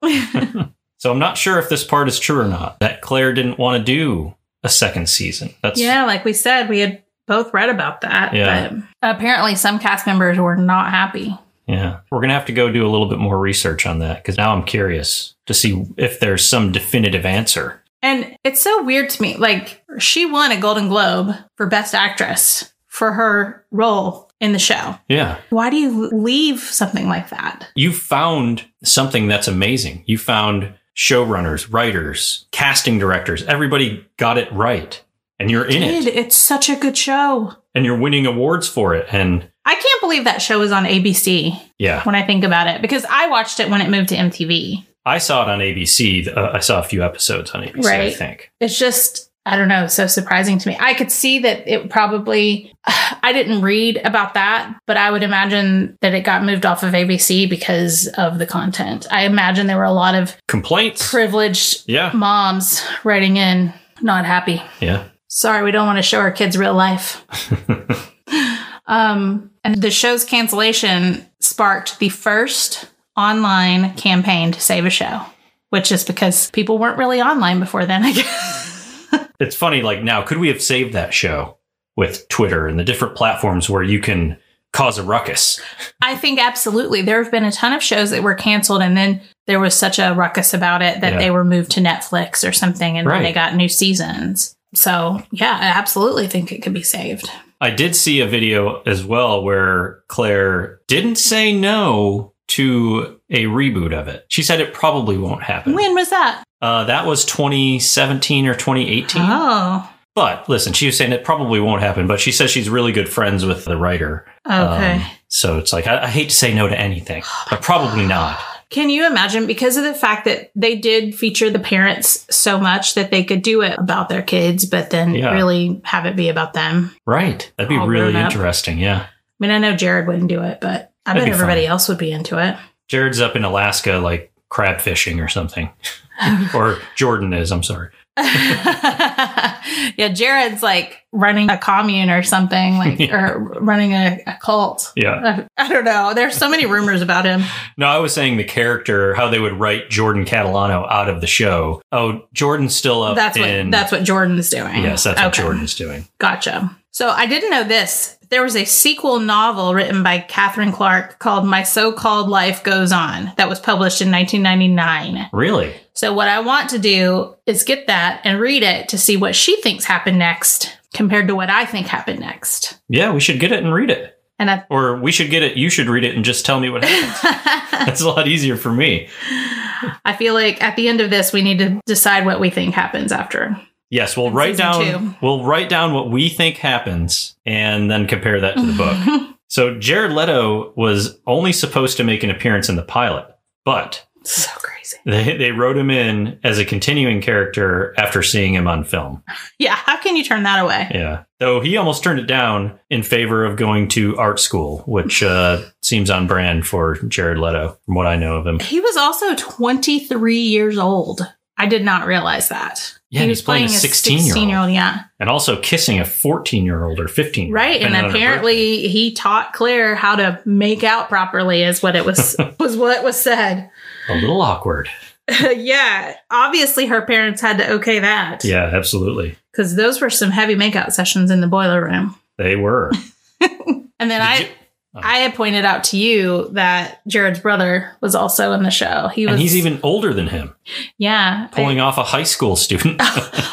So I'm not sure if this part is true or not that Claire didn't want to do a second season. That's,
yeah, like we said, we had both read about that.
Yeah.
But apparently some cast members were not happy.
Yeah. We're going to have to go do a little bit more research on that because now I'm curious to see if there's some definitive answer.
And it's so weird to me. Like, she won a Golden Globe for Best Actress for her role in the show.
Yeah.
Why do you leave something like that?
you found something that's amazing. You found showrunners, writers, casting directors. Everybody got it right. And you're in
Dude,
it.
it's such a good show.
And you're winning awards for it. And
I can't believe that show was on ABC
yeah,
when I think about it because I watched it when it moved to MTV.
I saw it on ABC. Uh, I saw a few episodes on ABC, I
Right.
think.
It's just, I don't know, so surprising to me. I could see that it probably, I didn't read about that, but I would imagine that it got moved off of ABC because of the content. I imagine there were a lot of
Complaints.
privileged
yeah.
moms writing in, not happy.
Yeah.
Sorry, we don't want to show our kids real life. um, and the show's cancellation sparked the first online campaign to save a show, which is because people weren't really online before then, I guess.
It's funny. Like now, could we have saved that show? with Twitter and the different platforms where you can cause a ruckus.
I think absolutely. There have been a ton of shows that were canceled, and then there was such a ruckus about it that
Yeah.
they were moved to Netflix or something, and then they
Right.
got new seasons. So, yeah, I absolutely think it could be saved.
I did see a video as well where Claire didn't say no to a reboot of it. She said it probably won't happen.
When was that?
Uh, that was 2017 or 2018.
Oh,
But listen, she was saying it probably won't happen, but she says she's really good friends with the writer.
okay.
Um, so it's like, I, I hate to say no to anything, but probably not.
Can you imagine? Because of the fact that they did feature the parents so much that they could do it about their kids, but then
Yeah.
really have it be about them.
Right. That'd be
All
really
grown up.
interesting. Yeah.
I mean, I know Jared wouldn't do it, but I
That'd
bet
be
everybody
fun.
else would be into it.
Jared's up in Alaska, like crab fishing or something. or Jordan is, I'm sorry.
yeah, Jared's like running a commune or something, like or running a, a cult.
Yeah.
I don't know. There's so many rumors about him.
No, I was saying the character, how they would write Jordan Catalano out of the show. Oh, Jordan's still up
That's what
in.
that's what Jordan's doing.
yes, that's what
Okay.
Jordan's doing.
Gotcha. So I didn't know this. There was a sequel novel written by Catherine Clark called My So Called Life Goes On that was published in 1999.
Really?
So, what I want to do is get that and read it to see what she thinks happened next compared to what I think happened next.
Yeah, we should get it and read it.
And I,
Or we should get it. You should read it and just tell me what happened. That's a lot easier for me.
I feel like at the end of this, we need to decide what we think happens after.
Yes, we'll write down
Season two.
we'll write down what we think happens and then compare that to the book. so Jared Leto was only supposed to make an appearance in the pilot, but
So crazy.
they, they wrote him in as a continuing character after seeing him on film.
Yeah. How can you turn that away?
Yeah. Though he almost turned it down in favor of going to art school, which uh, seems on brand for Jared Leto, from what I know of him.
He was also 23 years old. I did not realize that.
Yeah,
he
and he's playing a 16-year-old.
16-year-old, Yeah.
And also kissing a 14 year old or 15
Right. And apparently he taught Claire how to make out properly is what it was was what was said.
a little awkward.
yeah. Obviously her parents had to okay that.
Yeah, absolutely.
Because those were some heavy makeout sessions in the boiler room.
They were.
And then
Did
I
you- Oh.
I had pointed out to you that Jared's brother was also in the show. He was
and he's even older than him,
yeah. I-
pulling off a high school student.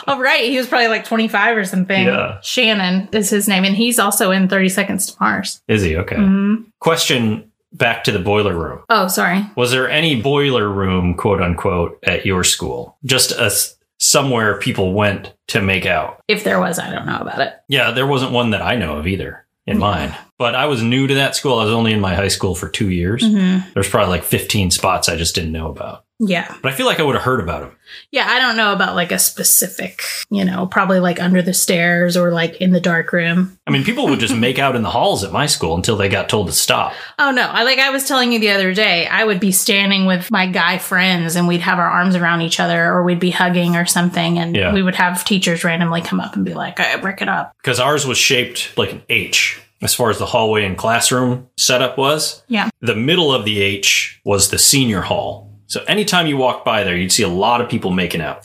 Oh, right. He was probably like 25 or something.
Yeah.
Shannon is his name. And he's also in 30 Seconds to Mars.
Is he? Okay.
Mhm.
Question back to the boiler room.
Oh, sorry.
Was there any boiler room, quote unquote, at your school? Just a, s- somewhere people went to make out.
If there was, I don't know about it.
Yeah, there wasn't one that I know of either in mine. But I was new to that school. I was only in my high school for two years.
Mhm.
There's probably like 15 spots I just didn't know about.
Yeah.
But I feel like I would have heard about them.
Yeah. I don't know about like a specific, you know, probably like under the stairs or like in the dark room.
I mean, people would just make out in the halls at my school until they got told to stop.
Oh, no. I like I was telling you the other day, I would be standing with my guy friends and we'd have our arms around each other or we'd be hugging or something. And
Yeah.
we would have teachers randomly come up and be like, "All right, break it up.
because ours was shaped like an H as far as the hallway and classroom setup was.
Yeah.
The middle of the H was the senior hall. So anytime you walked by there, you'd see a lot of people making out.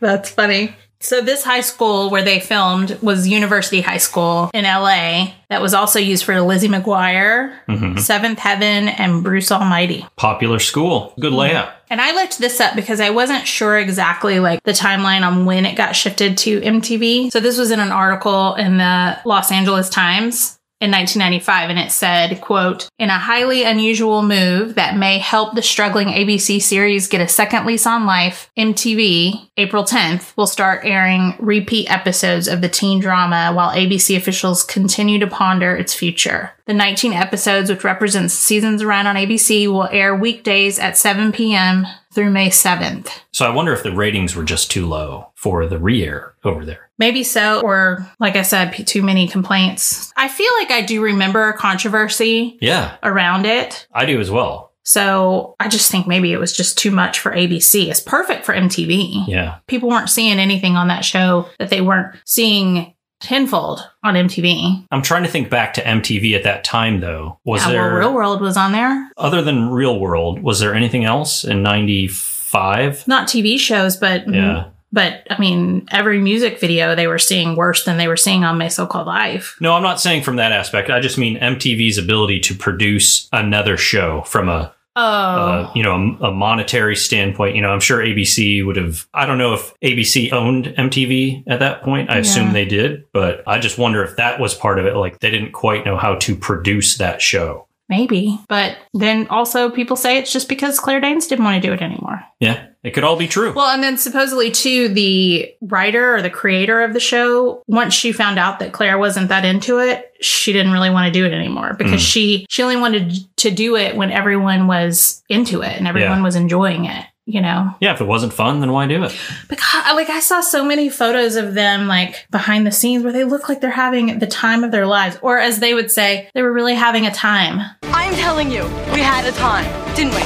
That's funny. So this high school where they filmed was University High School in LA that was also used for Lizzie McGuire, Seventh Heaven, and Bruce Almighty.
Popular school, good layout.
And I looked this up because I wasn't sure exactly like the timeline on when it got shifted to MTV. So this was in an article in the Los Angeles Times in 1995 and it said, quote, in a highly unusual move that may help the struggling ABC series get a second lease on life, MTV, April 10th, will start airing repeat episodes of the teen drama while ABC officials continue to ponder its future. The 19 episodes, which represents seasons run on ABC, will air weekdays at 7 p.m. through May 7th.
So I wonder if the ratings were just too low for the re-air over there.
Maybe so, or like I said, p- too many complaints. I feel like I do remember a controversy
Yeah,
around it.
I do as well.
So I just think maybe it was just too much for ABC. It's perfect for MTV.
Yeah.
People weren't seeing anything on that show that they weren't seeing tenfold on MTV.
I'm trying to think back to MTV at that time though. Was
Yeah,
there
well, Real World was on there.
other than Real World, was there anything else in 95?
Not TV shows, but mm,
Yeah.
But I mean, every music video they were seeing worse than they were seeing on My So Called Life.
No, I'm not saying from that aspect. I just mean MTV's ability to produce another show from a
Oh,
uh, you know, a, a monetary standpoint, you know, I'm sure ABC would have, I don't know if ABC owned MTV at that point. I assume
Yeah.
they did, but I just wonder if that was part of it. Like they didn't quite know how to produce that show.
maybe. But then also people say it's just because Claire Danes didn't want to do it anymore.
Yeah. It could all be true.
Well, and then supposedly too, the writer or the creator of the show, once she found out that Claire wasn't that into it, she didn't really want to do it anymore because
Mm.
she she only wanted to do it when everyone was into it and everyone was enjoying it. You know,
yeah. If it wasn't fun, then why do it?
because like I saw so many photos of them like behind the scenes where they look like they're having the time of their lives, or as they would say, they were really having a time.
I'm telling you, we had a time, didn't we?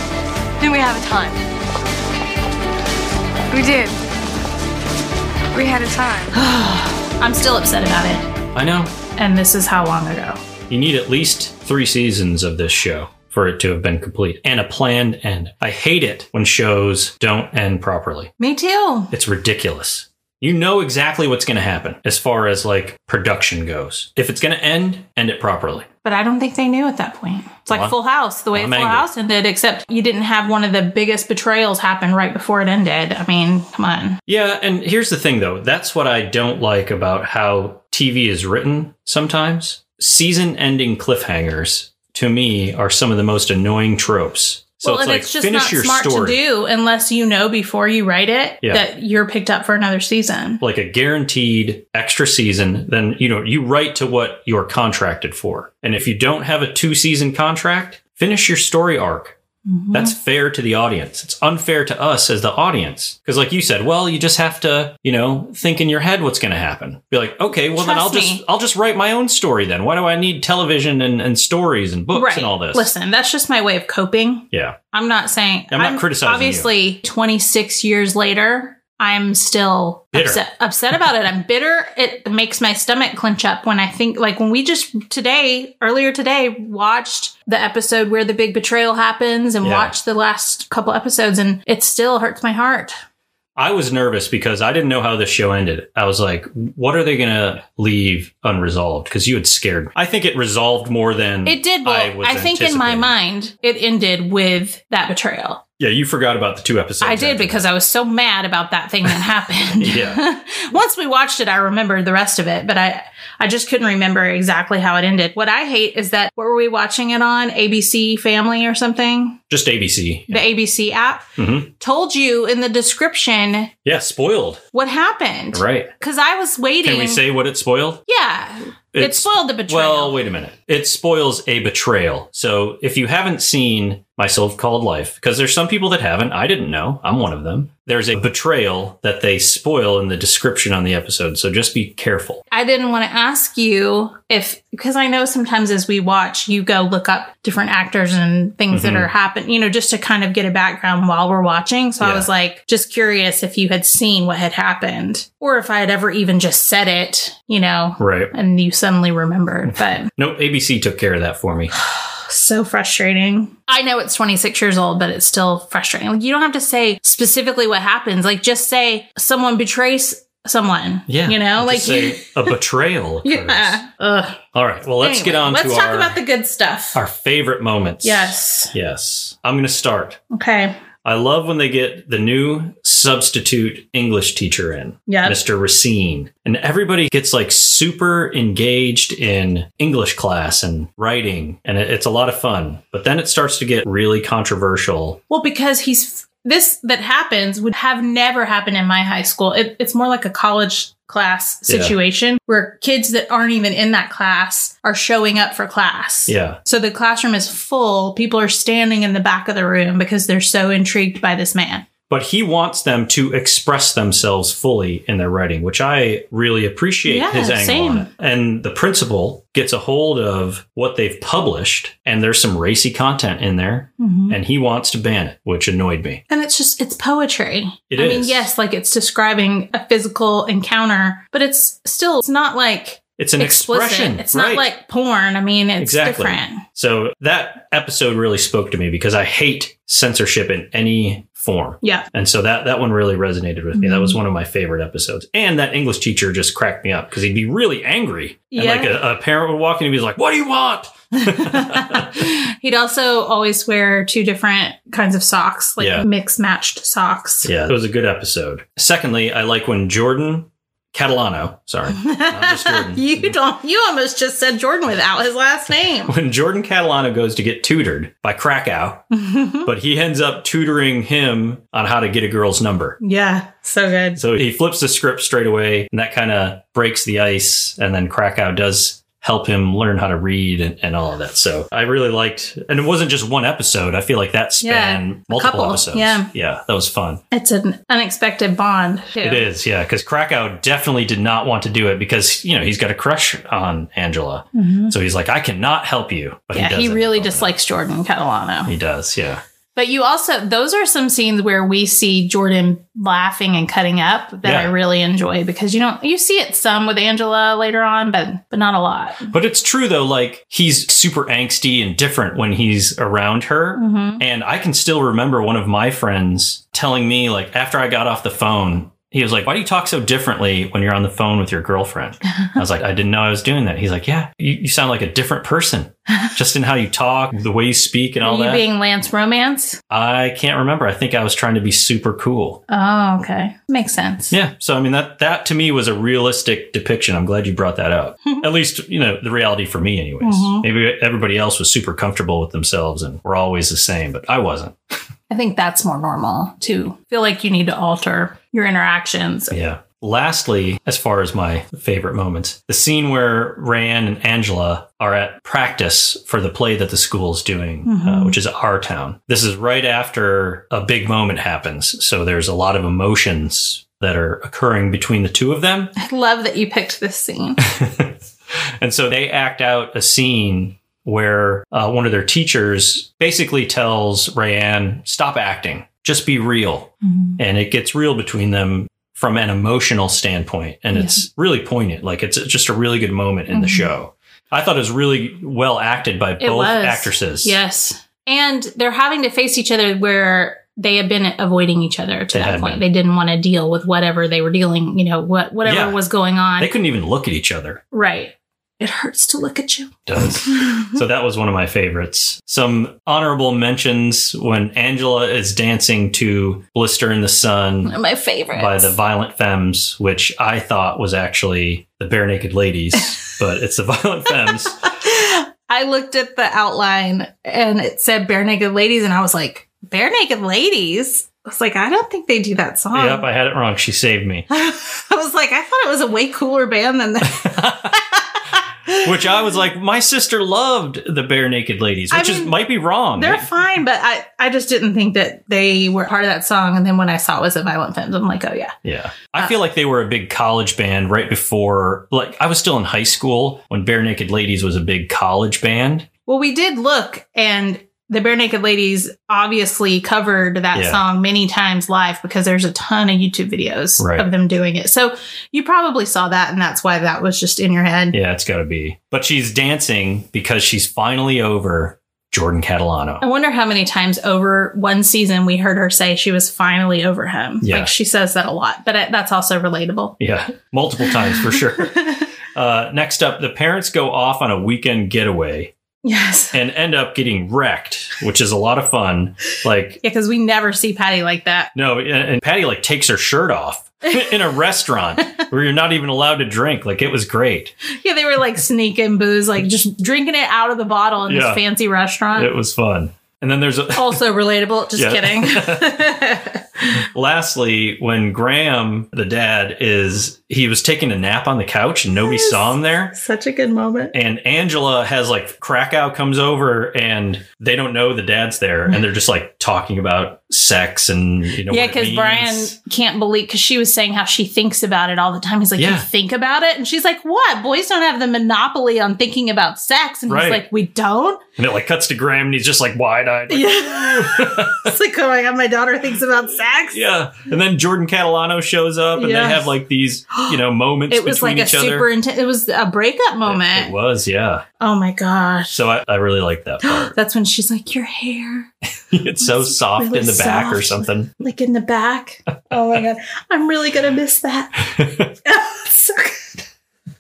Didn't we have a time?
We did. We had a time.
I'm still upset about it,
I know.
and this is how long ago.
You need at least three seasons of this show for it to have been complete and a planned end. I hate it when shows don't end properly.
Me too.
It's ridiculous. You know exactly what's going to happen as far as like production goes. If it's going to end, end it properly.
But I don't think they knew at that point. It's like
Well,
Full House, the way
I'm
Full
angry.
House ended, except you didn't have one of the biggest betrayals happen right before it ended. I mean, come on.
Yeah, and here's the thing though. That's what I don't like about how TV is written sometimes. Season ending cliffhangers to me are some of the most annoying tropes. So
well,
it's
and
like
it's just
finish
not
your
smart
story.
to do unless you know before you write it
Yeah.
that you're picked up for another season.
like a guaranteed extra season, then you know you write to what you're contracted for. And if you don't have a two season contract, finish your story arc.
Mm-hmm.
That's fair to the audience. It's unfair to us as the audience. Because like you said, well, you just have to, you know, think in your head what's gonna happen. Be like, okay, well then
Trust
I'll
me.
just I'll just write my own story then. Why do I need television and, and stories and books and all this?
Listen, that's just my way of coping.
Yeah.
I'm not saying
I'm not criticizing you.
Obviously, 26 years later, I'm still
Bitter.
upset upset about it. I'm bitter. It makes my stomach clench up when I think like when we just today earlier today watched the episode where the big betrayal happens and
Yeah.
watched the last couple episodes and it still hurts my heart.
I was nervous because I didn't know how this show ended. I was like, what are they going to leave unresolved? Because you had scared me. I think it resolved more than
It did, but I, think in my
anticipating.
mind it ended with that betrayal.
Yeah, you forgot about the two episodes.
I did
after
because I was so mad about that thing that happened.
Yeah.
Once we watched it, I remembered the rest of it, but I I just couldn't remember exactly how it ended. What I hate is that what were we watching it on? ABC Family or something?
that. just ABC.
The ABC app
Mhm.
told you in the description
Yeah, spoiled.
what happened.
Right.
Because I was waiting.
Can we say what it spoiled?
Yeah. it
It's-
spoiled the betrayal.
Well, wait a minute. It spoils a betrayal. So if you haven't seen My So Called Life, because there's some people that haven't, I didn't know. I'm one of them. There's a betrayal that they spoil in the description on the episode. So just be careful.
I didn't want to ask you if because I know sometimes as we watch, you go look up different actors and things
Mm-hmm.
that are happening, you know, just to kind of get a background while we're watching. So I
Yeah.
was like, just curious if you had seen what had happened or if I had ever even just said it, you know,
Right.
and you suddenly remembered. But
Nope, ABC took care of that for me.
so frustrating. I know it's 26 years old, but it's still frustrating. Like, you don't have to say specifically what happens, like, just say someone betrays someone,
Yeah.
you know, like,
Just say a betrayal. occurs.
yeah. Ugh.
All right. Well, let's get
Anyway,
on
Let's
to
talk
our,
about the good stuff.
our favorite moments.
yes.
Yes. I'm going to start.
Okay.
I love when they get the new substitute English teacher in,
Yep.
Mr. Racine. And everybody gets like super engaged in English class and writing, and it, it's a lot of fun. But then it starts to get really controversial.
Well, because he's this that happens would have never happened in my high school. It, it's more like a college class
Yeah.
situation where kids that aren't even in that class are showing up for class.
Yeah.
So the classroom is full. People are standing in the back of the room because they're so intrigued by this man.
but he wants them to express themselves fully in their writing, which I really appreciate
Yeah,
his angle
same.
on it. And the principal gets a hold of what they've published, and there's some racy content in there,
Mm-hmm.
and he wants to ban it, which annoyed me.
And it's just, it's poetry.
It
I mean,
is.
yes, like it's describing a physical encounter, but it's still, it's not like
It's an
explicit.
expression.
It's
right.
not like porn. I mean, it's
Exactly.
different.
So that episode really spoke to me because I hate censorship in any form.
Yeah.
And so that that one really resonated with me. That
Mm-hmm.
was one of my favorite episodes. And that English teacher just cracked me up because he'd be really angry. And
Yeah.
like a, a parent would walk in and be like, What do you want?
He'd also always wear two different kinds of socks, like
Yeah.
mixed matched socks.
Yeah, it was a good episode. Secondly, I like when Jordan Catalano, sorry, not just Jordan.
you don't. You almost just said Jordan without his last name.
when Jordan Catalano goes to get tutored by Krakow, but he ends up tutoring him on how to get a girl's number.
yeah, so good.
So he flips the script straight away, and that kind of breaks the ice. And then Krakow does help him learn how to read and, and all of that. So I really liked, and it wasn't just one episode. I feel like that span
Yeah, a
multiple
couple,
episodes.
yeah.
yeah, that was fun.
It's an unexpected bond. too.
It is, yeah, because Krakow definitely did not want to do it because you know he's got a crush on Angela, so he's like, "I cannot help you." But
Mm-hmm. Yeah,
he,
he
doesn't.
really dislikes Jordan Catalano.
he does, yeah,
But you also, those are some scenes where we see Jordan laughing and cutting up that
Yeah.
I really enjoy because you don't, you see it some with Angela later on, but but not a lot.
but it's true though. Like he's super angsty and different when he's around her,
Mm-hmm.
and I can still remember one of my friends telling me like after I got off the phone. He was like, "Why do you talk so differently when you're on the phone with your girlfriend?" I was like, "I didn't know I was doing that." He's like, "Yeah, you, you sound like a different person, just in how you talk, the way you speak, and all
you
that."
being Lance Romance?
I can't remember. I think I was trying to be super cool.
Oh, okay. Makes sense.
Yeah. So I mean that that to me was a realistic depiction. I'm glad you brought that up. At least, you know, the reality for me anyways. Maybe everybody else was super comfortable with themselves and were always the same, but I wasn't.
I think that's more normal too. Feel like you need to alter your interactions.
Yeah. Lastly, as far as my favorite moments, the scene where Rand and Angela are at practice for the play that the school's doing, uh, which is Our Town. This is right after a big moment happens. So there's a lot of emotions that are occurring between the two of them.
I love that you picked this scene.
And so they act out a scene where uh, one of their teachers basically tells Rayanne, stop acting, just be real. And it gets real between them from an emotional standpoint. And it's really poignant. Like it's just a really good moment in the show. I thought it was really well acted by both
was.
actresses.
Yes. And they're having to face each other where they had been avoiding each other to
They
that
had
point.
been.
They didn't want to deal with whatever they were dealing, you know, what whatever
Yeah.
was going on.
They couldn't even look at each other.
right. It hurts to look at you.
does. so that was one of my favorites. Some honorable mentions when Angela is dancing to Blister in the Sun
My favorite.
by the Violent Femmes, which I thought was actually the Bare Naked Ladies, but it's the Violent Femmes.
I looked at the outline and it said bare naked ladies and I was like, bare naked ladies? I was like, I don't think they do that song.
Yep, I had it wrong. She saved me.
I was like, I thought it was a way cooler band than that.
Which I was like, my sister loved the Bare Naked Ladies,
I
which is
mean,
might be wrong.
They're fine, but I, I just didn't think that they were part of that song. And then when I saw it was a Violent Femmes, I'm like, oh yeah.
yeah, I
uh,
feel like they were a big college band right before. Like I was still in high school when Bare Naked Ladies was a big college band.
Well, we did look, and the Bare Naked Ladies obviously covered that
Yeah.
song many times live because there's a ton of YouTube videos
Right.
of them doing it. So you probably saw that, and that's why that was just in your head.
Yeah, it's got to be. But she's dancing because she's finally over Jordan Catalano.
I wonder how many times over one season we heard her say she was finally over him.
Yeah.
Like she says that a lot, but it, that's also relatable.
Yeah, multiple times for sure. uh, next up, the parents go off on a weekend getaway
Yes.
and end up getting wrecked, which is a lot of fun. Like,
Yeah, because we never see Patty like that.
no, and, and Patty like takes her shirt off in a restaurant where you're not even allowed to drink. Like, it was great.
Yeah, they were like sneaking booze, like just drinking it out of the bottle in
Yeah.
this fancy restaurant.
It was fun. And then there's a,
also relatable. Just
Yeah.
kidding.
lastly when Graham, the dad, is he was taking a nap on the couch and nobody saw him there.
Such a good moment.
and Angela has like Krakow comes over and they don't know the dad's there and they're just like talking about sex and you know
Yeah,
what it
because Brian
means.
can't believe because she was saying how she thinks about it all the time. He's like,
Yeah.
"You think about it," and she's like, "What? Boys don't have the monopoly on thinking about sex." And
Right.
he's like, "We don't."
and it like cuts to Graham and he's just like wide eyed
it's like, "Oh my god, my daughter thinks about sex." sex.
Yeah. And then Jordan Catalano shows up and
Yeah.
they have like these, you know, moments
It was
between
like a
each other.
super intense. It was a breakup
It-
moment.
It was, yeah.
oh my gosh.
So I, I really like that part.
That's when she's like, your hair,
it's so
It's
soft
really
in the back or
soft.
something.
like in the back. Oh my God. I'm really going to miss that. So good.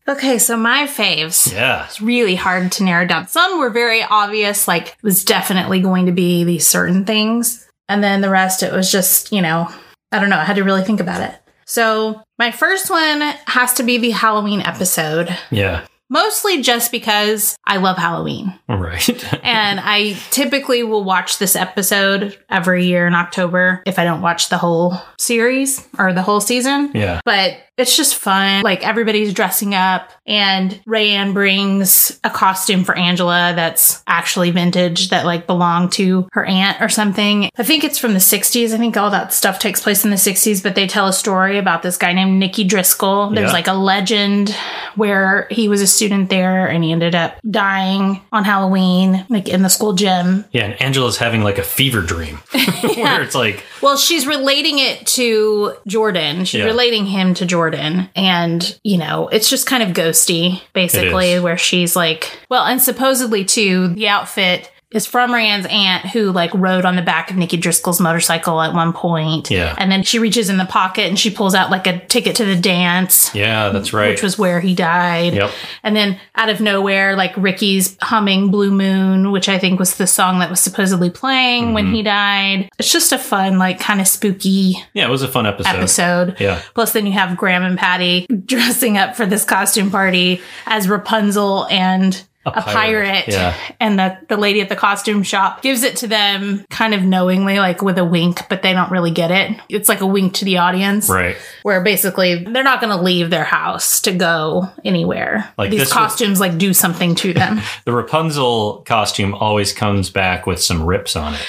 Okay, so my faves.
Yeah.
It's really hard to narrow down. Some were very obvious, like it was definitely going to be these certain things. And then the rest, it was just, you know, I don't know. I had to really think about it. So my first one has to be the Halloween episode,
Yeah.
mostly just because I love Halloween.
All right.
And I typically will watch this episode every year in October if I don't watch the whole series or the whole season.
yeah.
But it's just fun. Like everybody's dressing up, and Rayanne brings a costume for Angela that's actually vintage that like belonged to her aunt or something. I think it's from the 60s. I think all that stuff takes place in the 60s, but they tell a story about this guy named Nicky Driscoll. There's
Yeah.
like a legend where he was a student there and he ended up dying on Halloween, like in the school gym.
Yeah. And Angela's having like a fever dream where it's like,
Well, she's relating it to Jordan. She's
Yeah.
relating him to Jordan. And, you know, it's just kind of ghosty, basically,
is.
where she's like, well, and supposedly, too, the outfit is from Rand's aunt who, like, rode on the back of Nikki Driscoll's motorcycle at one point.
Yeah.
And then she reaches in the pocket and she pulls out, like, a ticket to the dance.
yeah, that's right.
Which was where he died.
Yep.
And then out of nowhere, like Ricky's humming Blue Moon, which I think was the song that was supposedly playing
Mm-hmm.
when he died. It's just a fun, like kind of spooky
yeah. It was a fun episode.
episode.
Yeah.
Plus, then you have Graham and Patty dressing up for this costume party as Rapunzel and a, pirate.
pirate, yeah.
And the, the lady at the costume shop gives it to them kind of knowingly, like with a wink, but they don't really get it. It's like a wink to the audience
Right.
where basically they're not going to leave their house to go anywhere.
Like
These
this was-
costumes like do something to them.
The Rapunzel costume always comes back with some rips on it.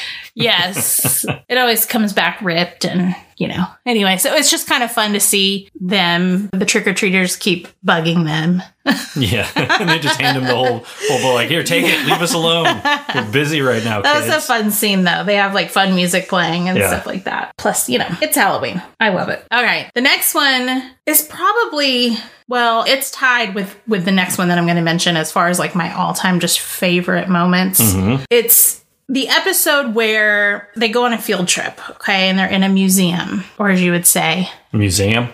yes, it always comes back ripped and you know. Anyway, so it's just kind of fun to see them. The trick or treaters keep bugging them.
Yeah, and they just hand him the whole whole bowl. Like, here, take it. Leave us alone. We're busy right now.
That was a
kids."
fun scene though. They have like fun music playing and
Yeah.
stuff like that. Plus, you know, it's Halloween. I love it. All right, the next one is probably well, it's tied with with the next one that I'm going to mention as far as like my all time just favorite moments.
Mm-hmm.
It's the episode where they go on a field trip, okay, and they're in a museum, or as you would say,
museum.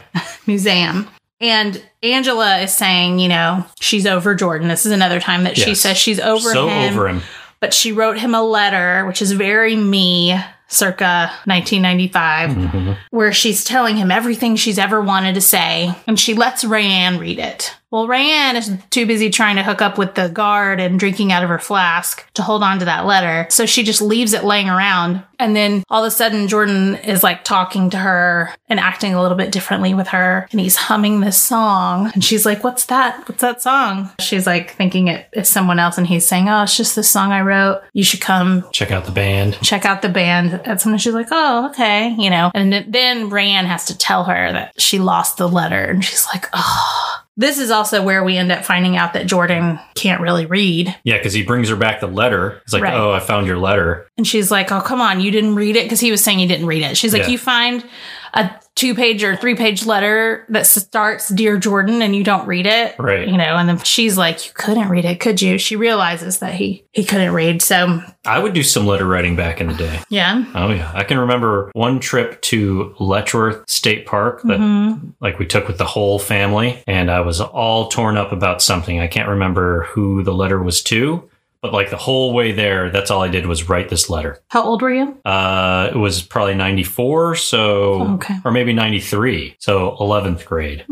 museum. And Angela is saying, you know, she's over Jordan. This is another time that she
Yes.
says she's over
so
him
over him.
but she wrote him a letter, which is very me, circa 1995, where she's telling him everything she's ever wanted to say, and she lets Rayanne read it. Well, Rayanne is too busy trying to hook up with the guard and drinking out of her flask to hold on to that letter, so she just leaves it laying around. And then all of a sudden, Jordan is like talking to her and acting a little bit differently with her, and he's humming this song, and she's like, "What's that? What's that song?" She's like thinking it is someone else, and he's saying, "Oh, it's just this song I wrote. You should come
Check out the band.
check out the band. And sometimes she's like, oh, okay, you know. And th- then Rayanne has to tell her that she lost the letter. And she's like, oh. This is also where we end up finding out that Jordan can't really read.
Yeah, because he brings her back the letter. It's like,
Right.
oh, I found your letter.
And she's like, oh, come on, you didn't read it? Because he was saying you didn't read it. She's like,
Yeah.
you find a two page or three page letter that starts, Dear Jordan, and you don't read it.
Right.
You know, and then she's like, you couldn't read it, could you? She realizes that he, he couldn't read. So,
I would do some letter writing back in the day.
yeah.
Oh yeah, I can remember one trip to Letchworth State Park that like we took with the whole family, and I was all torn up about something. I can't remember who the letter was to, but like the whole way there, that's all I did was write this letter.
How old were you?
Uh, it was probably 94, so,
Okay.
or maybe 93, so 11th grade,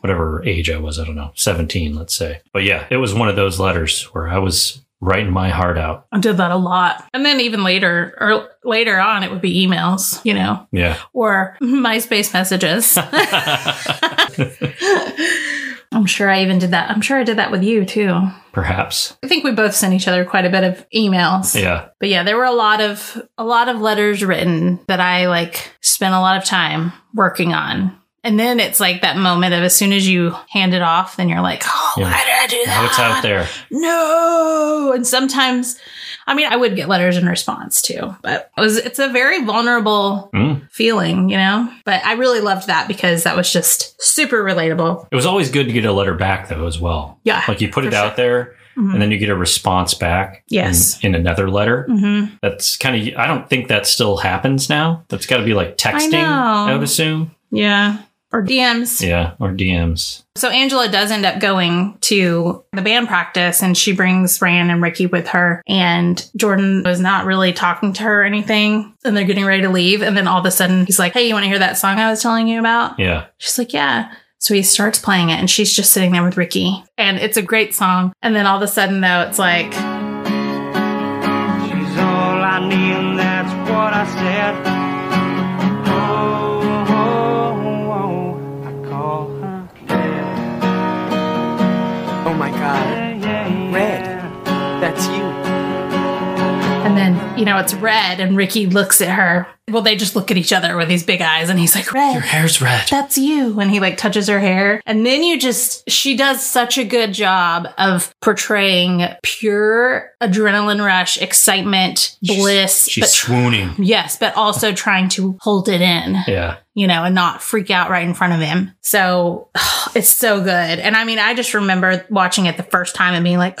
whatever age I was, I don't know, 17, let's say. But yeah, it was one of those letters where I was writing my heart out.
I did that a lot. And then even later or later on it would be emails, you know,
Yeah.
or MySpace messages. I'm sure I even did that. I'm sure I did that with you too. I
Perhaps.
think we both sent each other quite a bit of emails.
Yeah.
But yeah, there were a lot of a lot of letters written that I like spent a lot of time working on. And then it's like that moment of as soon as you hand it off, then you're like, oh,
Yeah.
why did I do that?
Now it's out there.
No. And sometimes, I mean, I would get letters in response too, but it was, it's a very vulnerable
Mm.
feeling, you know? But I really loved that because that was just super relatable.
It was always good to get a letter back though as well.
Yeah.
Like you put
for Mm-hmm.
it out there and then you get a response back
Yes.
in, in another letter.
Mm-hmm.
That's kind of I don't think that still happens now. That's got to be like texting,
know.
I would assume.
Yeah. Or DMs.
Yeah, or DMs.
So Angela does end up going to the band practice and she brings Rand and Ricky with her. And Jordan was not really talking to her or anything. And they're getting ready to leave. And then all of a sudden he's like, Hey, you want to hear that song I was telling you about?
Yeah.
She's like, Yeah. So he starts playing it and she's just sitting there with Ricky. And it's a great song. And then all of a sudden, though, it's like,
She's all I need, and that's what I said. Oh, oh, oh, I call her Claire.
Oh my god,
Yeah, yeah,
Red.
yeah.
that's you.
And then, you know, it's red and Ricky looks at her. Well, they just look at each other with these big eyes and he's like, Red. Your hair's red. That's you. And he like touches her hair. And then you just, she does such a good job of portraying pure adrenaline rush, excitement, bliss.
She's
but
swooning.
yes, but also trying to hold it in
Yeah.
you know, and not freak out right in front of him. So it's so good. And I mean, I just remember watching it the first time and being like,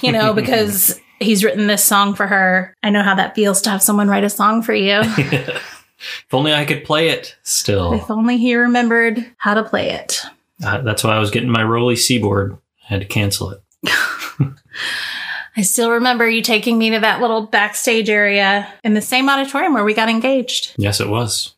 you know, because he's written this song for her. I know how that feels to have someone write a song for you. if
If only I could play it still.
only he remembered how to play it.
Uh, that's why I was getting my Roly Seaboard. I had to cancel it.
I still remember you taking me to that little backstage area in the same auditorium where we got engaged.
Yes, it was.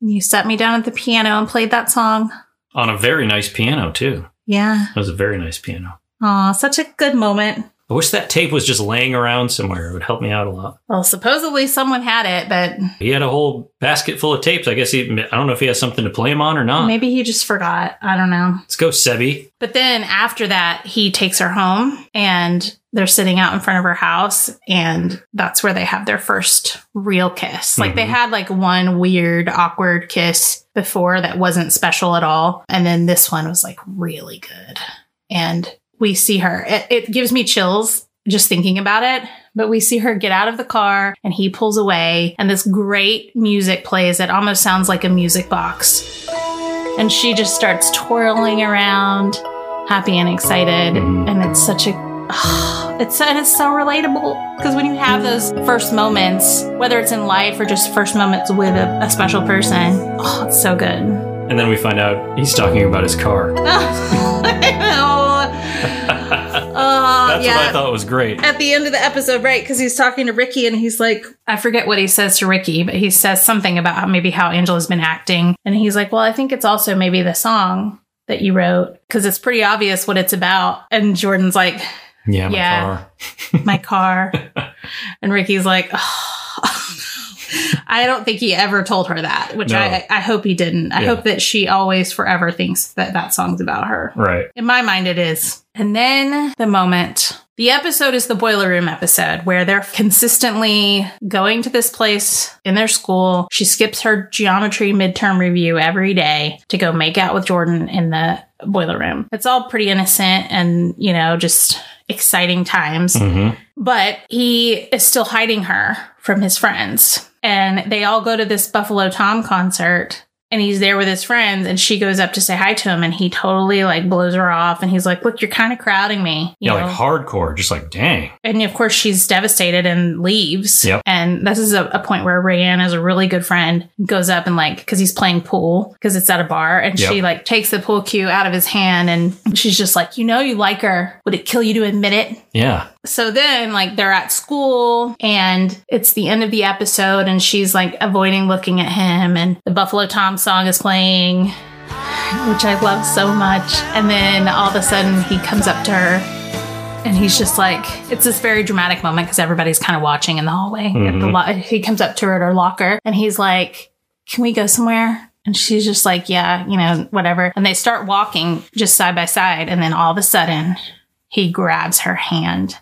You sat me down at the piano and played that song.
On a very nice piano, too.
Yeah.
It was a very nice piano.
Aw, such a good moment.
I wish that tape was just laying around somewhere. It would help me out a lot.
Well, supposedly someone had it, but
He had a whole basket full of tapes. I guess he, I don't know if he has something to play him on or not.
maybe he just forgot. I don't know.
Let's go, Sebi.
But then after that, he takes her home and they're sitting out in front of her house. And that's where they have their first real kiss. Like they
Mhm.
had like one weird, awkward kiss before that wasn't special at all. And then this one was like really good. And we see her. It, it gives me chills just thinking about it. But we see her get out of the car and he pulls away. And this great music plays. It almost sounds like a music box and she just starts twirling around happy and excited
Mhm.
and it's such a it's and it's so relatable because when you have those first moments whether it's in life or just first moments with a, a special person oh it's so good
And then we find out he's talking about his car. That's
Oh,
what I thought was great.
at the end of the episode, right? Because he's talking to Ricky and he's like, I forget what he says to Ricky, but he says something about how maybe how Angela's been acting. And he's like, Well, I think it's also maybe the song that you wrote because it's pretty obvious what it's about. And Jordan's like,
Yeah, my
Yeah.
car.
My car. and Ricky's like, "Oh." I don't think he ever told her that, which
No.
I, I hope he didn't. I
Yeah.
hope that she always forever thinks that that song's about her.
Right.
In my mind, it is. And then the moment. The episode is the boiler room episode where they're consistently going to this place in their school. She skips her geometry midterm review every day to go make out with Jordan in the boiler room. It's all pretty innocent and, you know, just exciting times
Mm-hmm.
but he is still hiding her from his friends. And they all go to this Buffalo Tom concert and he's there with his friends and she goes up to say hi to him and he totally like blows her off and he's like, "Look, you're kind of crowding me." you
Yeah,
know?
like hardcore. Just like, dang.
and of course she's devastated and leaves.
Yep.
And this is a, a point where Rayanne is a really good friend, goes up and like because he's playing pool because it's at a bar, and she
Yep.
like takes the pool cue out of his hand and she's just like, you know, you like her. Would it kill you to admit it?
Yeah.
So then, like, they're at school and it's the end of the episode, and she's like avoiding looking at him, and the Buffalo Tom song is playing, which I love so much. And then all of a sudden, he comes up to her and he's just like, it's this very dramatic moment because everybody's kind of watching in the hallway. At the lo- he comes up to her at her locker and he's like, Can we go somewhere? And she's just like, Yeah, you know, whatever. And they start walking just side by side, and then all of a sudden, he grabs her hand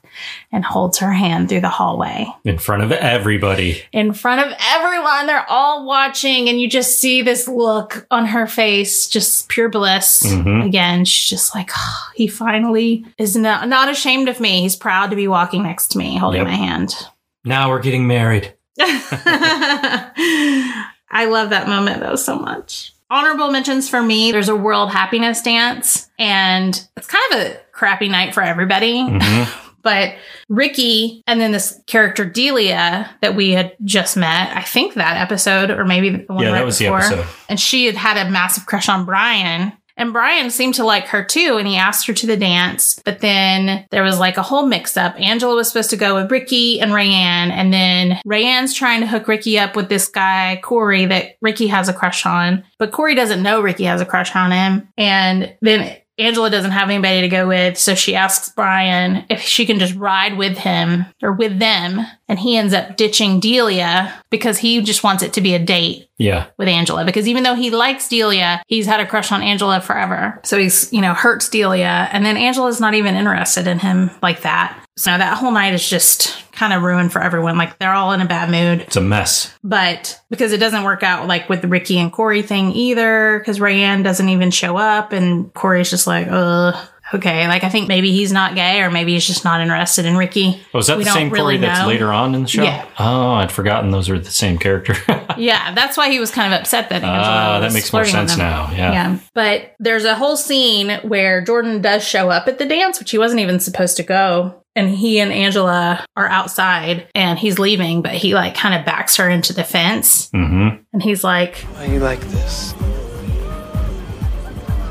and holds her hand through the hallway
in front of everybody.
in front of everyone. They're all watching, and you just see this look on her face, just pure bliss.
Mhm.
Again, she's just like, "Oh, he finally is not, not ashamed of me. He's proud to be walking next to me, holding
Yep.
my hand.
Now we're getting married.
I love that moment though so much. Honorable mentions for me there's a world happiness dance, and it's kind of a crappy night for everybody
Mhm.
but Ricky and then this character Delia that we had just met, I think that episode or maybe the one
Yeah,
right
that was the
before,
episode.
and she had had a massive crush on Brian. And Brian seemed to like her too, and he asked her to the dance. But then there was like a whole mix up. Angela was supposed to go with Ricky and Rayanne, and then Rayanne's trying to hook Ricky up with this guy, Corey, that Ricky has a crush on. But Corey doesn't know Ricky has a crush on him. And then Angela doesn't have anybody to go with, so she asks Brian if she can just ride with him or with them. And he ends up ditching Delia because he just wants it to be a date
Yeah.
with Angela because even though he likes Delia, he's had a crush on Angela forever. So he's, you know, hurts Delia. And then Angela's not even interested in him like that. So that whole night is just kind of ruined for everyone. Like they're all in a bad mood.
It's a mess.
But because it doesn't work out like with the Ricky and Corey thing either, because Rayanne doesn't even show up and Corey's just like, ugh. Okay, like I think maybe he's not gay or maybe he's just not interested in Ricky.
Oh, is that
We
the
don't
same
really
Corey that's
know.
later on in the show?
Yeah.
Oh, I'd forgotten those were the same character.
Yeah, that's why he was kind of upset that Angela.
Ah, that
was
makes more
flirting with
sense
him.
now. Yeah.
Yeah. But there's a whole scene where Jordan does show up at the dance, which he wasn't even supposed to go. And he and Angela are outside and he's leaving, but he like kind of backs her into the fence.
hmm
And he's like,
Why you like this?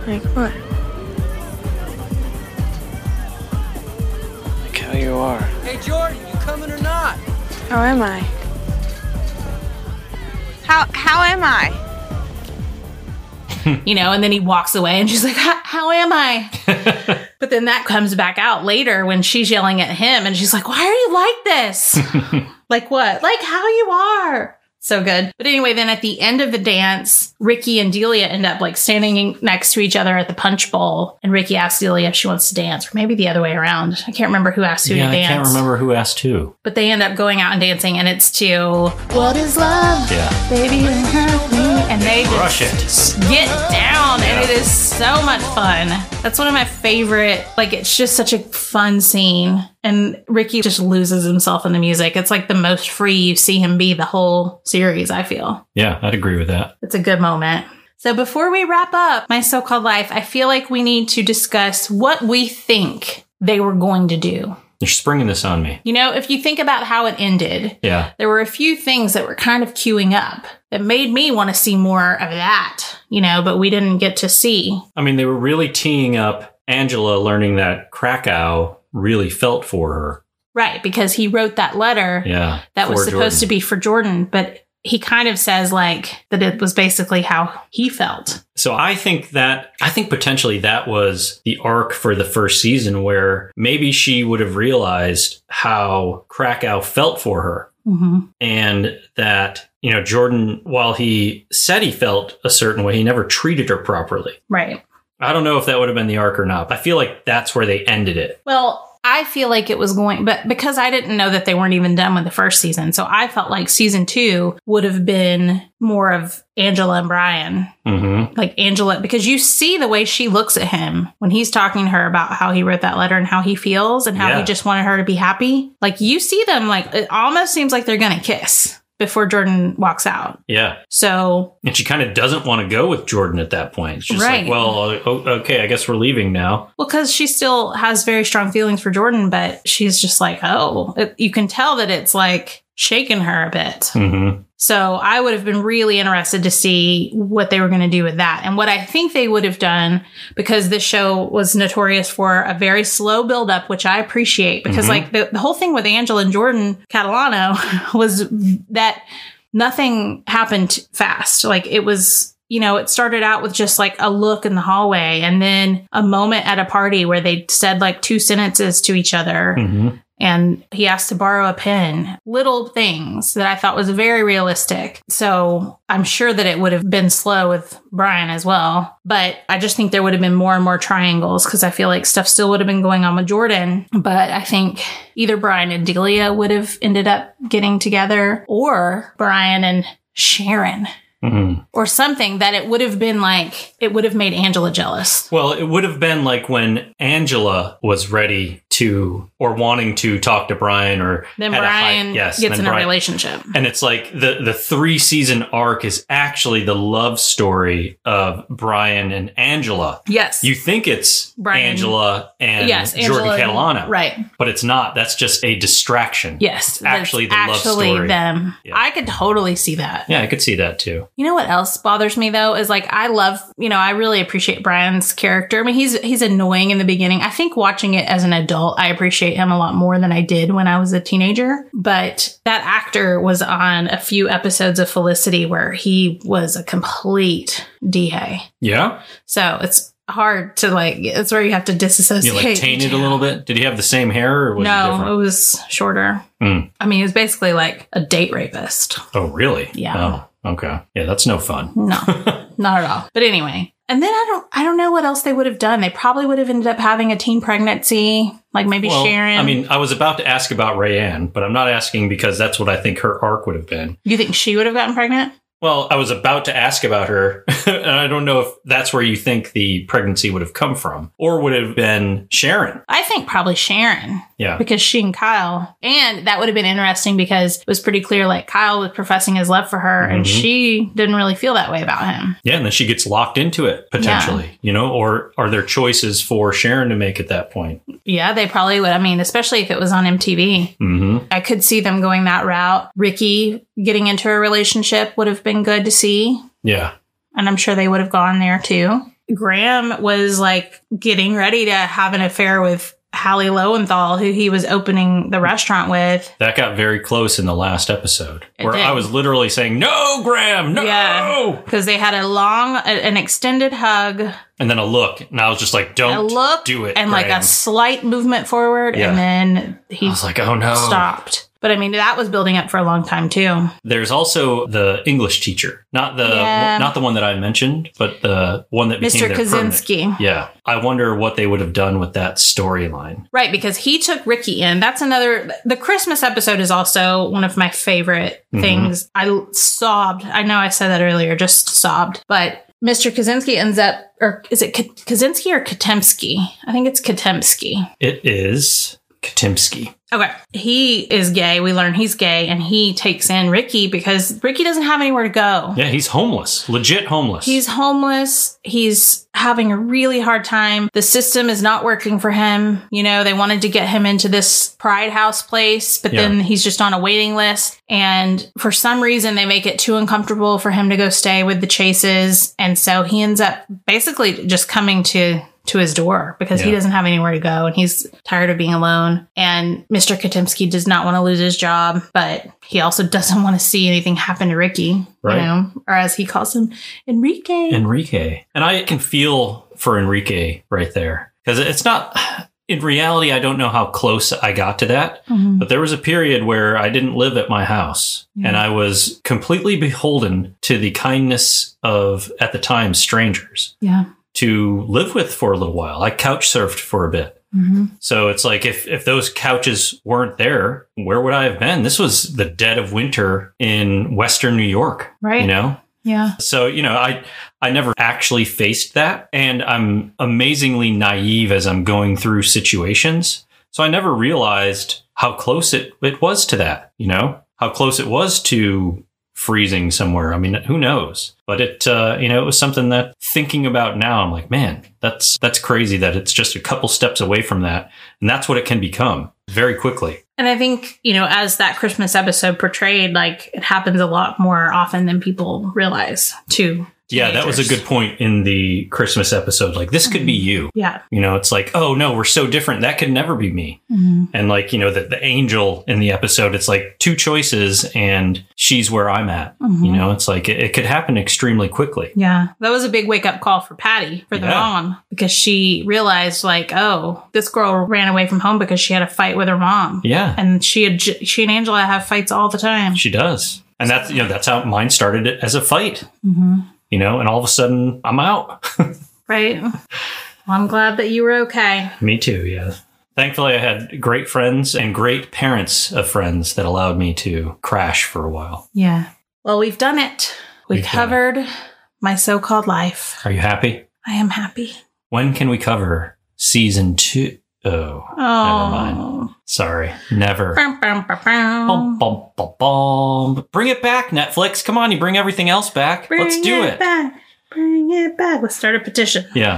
Like what?
Like how you are.
How am I? How how am I?
you know, and then he walks away and she's like, "How- How am I? but then that comes back out later when she's yelling at him and she's like, Why are you like this? like what? Like how you are. So good. But anyway, then at the end of the dance, Ricky and Delia end up like standing next to each other at the punch bowl. And Ricky asks Delia if she wants to dance, or maybe the other way around. I can't remember who asked who
Yeah,
to
I
dance.
can't remember who asked who.
But they end up going out and dancing, and it's to
Yeah.
Baby and Hurt Me. And they just
Rush it.
get down and it is so much fun that's one of my favorite like it's just such a fun scene and ricky just loses himself in the music it's like the most free you see him be the whole series i feel
Yeah, I'd agree with that.
it's a good moment so before we wrap up my so-called life i feel like we need to discuss what we think they were going to do
You're springing this on me.
you know if you think about how it ended
Yeah.
there were a few things that were kind of queuing up that made me want to see more of that, you know, but we didn't get to see.
I mean, they were really teeing up Angela learning that Krakow really felt for her.
Right, because he wrote that letter
Yeah.
that was
for
supposed
Jordan.
to be for Jordan, but he kind of says like that it was basically how he felt.
So I think that I think potentially that was the arc for the first season where maybe she would have realized how Krakow felt for her
hmm
and that you know Jordan while he said he felt a certain way he never treated her properly.
Right.
I don't know if that would have been the arc or not. but I feel like that's where they ended it.
Well, I feel like it was going, but because I didn't know that they weren't even done with the first season, so I felt like season two would have been more of Angela and Brian
Mhm.
like Angela, because you see the way she looks at him when he's talking to her about how he wrote that letter and how he feels and how
Yeah.
he just wanted her to be happy. Like you see them, like it almost seems like they're gonna kiss before Jordan walks out.
Yeah.
So
And she kind of doesn't want to go with Jordan at that point. She's
Right.
like, well, uh, o- okay, I guess we're leaving now.
Well, because she still has very strong feelings for Jordan, but she's just like, oh, it, you can tell that it's like shaking her a bit.
Mm-hmm.
So I would have been really interested to see what they were going to do with that and what I think they would have done because this show was notorious for a very slow build up, which I appreciate because
Mhm.
like the, the whole thing with Angela and Jordan Catalano was that nothing happened fast. Like it was, you know, it started out with just like a look in the hallway and then a moment at a party where they said like two sentences to each other
Mm-hmm.
and he asked to borrow a pen. Little things that I thought was very realistic. So I'm sure that it would have been slow with Brian as well. But I just think there would have been more and more triangles because I feel like stuff still would have been going on with Jordan. But I think either Brian and Delia would have ended up getting together or Brian and Sharon
Mhm.
or something that it would have been like, it would have made Angela jealous.
Well, it would have been like when Angela was ready to or wanting to talk to Brian or
Then
had a high-
Brian gets
then
in a
Brian-
relationship.
And it's like the the three season arc is actually the love story of Brian and Angela.
Yes.
You think it's
Brian-
Angela and
yes,
Jordan
Angela and-
Catalano,
Right.
But it's not. That's just a distraction.
Yes.
actually the love story.
them.
Yeah.
I could totally see that.
Yeah, I could see that too.
You know what else bothers me though is like I love, you know, I really appreciate Brian's character. I mean, he's he's annoying in the beginning. I think watching it as an adult, I appreciate him a lot more than I did when I was a teenager. But that actor was on a few episodes of Felicity where he was a complete DA.
Yeah,
So it's hard to like it's where you have to
you
disassociate.
like tainted a little bit. Did he have the same hair or was it
no, it,
different?
was shorter.
Mm.
I mean, it was basically like a date rapist.
Oh, really?
Yeah.
Oh, okay. Yeah, that's no fun.
No, not at all. But anyway, and then I don't, I don't know what else they would have done. They probably would have ended up having a teen pregnancy, like maybe
Well,
Sharon.
I mean, I was about to ask about Rayanne, but I'm not asking because that's what I think her arc would have been.
you think she would have gotten pregnant?
Well, I was about to ask about her, and I don't know if that's where you think the pregnancy would have come from, or would it have been Sharon.
I think probably Sharon.
Yeah.
because she and Kyle, and that would have been interesting because it was pretty clear like Kyle was professing his love for her, and
Mhm.
she didn't really feel that way about him.
Yeah, and then she gets locked into it potentially, you know, or are there choices for Sharon to make at that point?
Yeah, they probably would. I mean, especially if it was on MTV.
Mm-hmm.
I could see them going that route. Ricky getting into a relationship would have been good to see.
Yeah.
And I'm sure they would have gone there too. Graham was like getting ready to have an affair with Hallie Lowenthal, who he was opening the restaurant with.
That got very close in the last episode
It
where
did.
I was literally saying, No, Graham, no. Oh!
Yeah. Because they had a long, a- an extended hug,
And then a look. And I was just like, Don't
a look,
do it.
and like
Graham."
a slight movement forward.
Yeah.
And then he
I was like, Oh no.
stopped. But I mean, that was building up for a long time too.
There's also the English teacher, not the
Yeah.
not the one that I mentioned, but the one that became
Mr.
their permanent-
Kaczynski.
Yeah, I wonder what they would have done with that storyline.
Right, because he took Ricky in. That's another. The Christmas episode is also one of my favorite
Mhm.
things. I l- sobbed. I know I said that earlier, just sobbed. But Mr. Kaczynski ends up, or is it K- Kaczynski or Katemski? I think it's Katemski.
It is Katimsky.
Okay. He is gay. We learn he's gay, and he takes in Ricky because Ricky doesn't have anywhere to go.
Yeah, he's homeless, legit homeless.
He's homeless. He's having a really hard time. The system is not working for him. You know, they wanted to get him into this Pride House place, but
Yeah.
then he's just on a waiting list. And for some reason, they make it too uncomfortable for him to go stay with the Chases. And so he ends up basically just coming to. To his door because he
Yeah.
doesn't have anywhere to go and he's tired of being alone. And Mr. Katimsky does not want to lose his job, but he also doesn't want to see anything happen to Ricky,
Right.
you know, or as he calls him, Enrique.
Enrique, and I can feel for Enrique right there because it's not. In reality, I don't know how close I got to that,
Mhm.
but there was a period where I didn't live at my house and I was completely beholden to the kindness of, at the time, strangers
Yeah.
to live with for a little while. I couch surfed for a bit. So it's like if if those couches weren't there, where would I have been? This was the dead of winter in western New York,
Right.
You know,
Yeah.
so you know, I I never actually faced that, and I'm amazingly naive as I'm going through situations. So I never realized how close it it was to that. You know, how close it was to freezing somewhere. I mean, who knows? But it uh, you know, it was something that thinking about now, I'm like, man, that's that's crazy that it's just a couple steps away from that, and that's what it can become very quickly.
And I think, you know, as that Christmas episode portrayed, like it happens a lot more often than people realize to
Yeah, that was a
teenagers.
good point in the Christmas episode. Like, this could be you.
Yeah.
You know, it's like, oh no, we're so different. That could never be me. And like, you know, the, the angel in the episode, it's like two choices and she's where I'm at. You know, it's like it, it could happen extremely quickly.
Yeah. That was a big wake up call for Patty, for the
Yeah.
mom, because she realized, like, oh, this girl ran away from home because she had a fight with her mom.
Yeah,
And she had, j- she and Angela have fights all the time.
she does. And that's, you know, that's how mine started it as a fight. You know, and all of a sudden I'm out.
Right. Well, I'm glad that you were okay.
Me too, yeah. Thankfully, I had great friends and great parents of friends that allowed me to crash for a while.
Yeah. Well, we've done it. We
We've done it.
covered my so called life.
Are you happy?
I am happy.
When can we cover season two? Oh, never mind.
Oh.
Sorry, never.
Bum, bum, bum, bum.
Bum, bum,
Oh.
bum, bum. Bring it back, Netflix. Come on, you bring everything else back.
Bring
Let's do it.
back. Bring it back. Let's start a petition.
Yeah.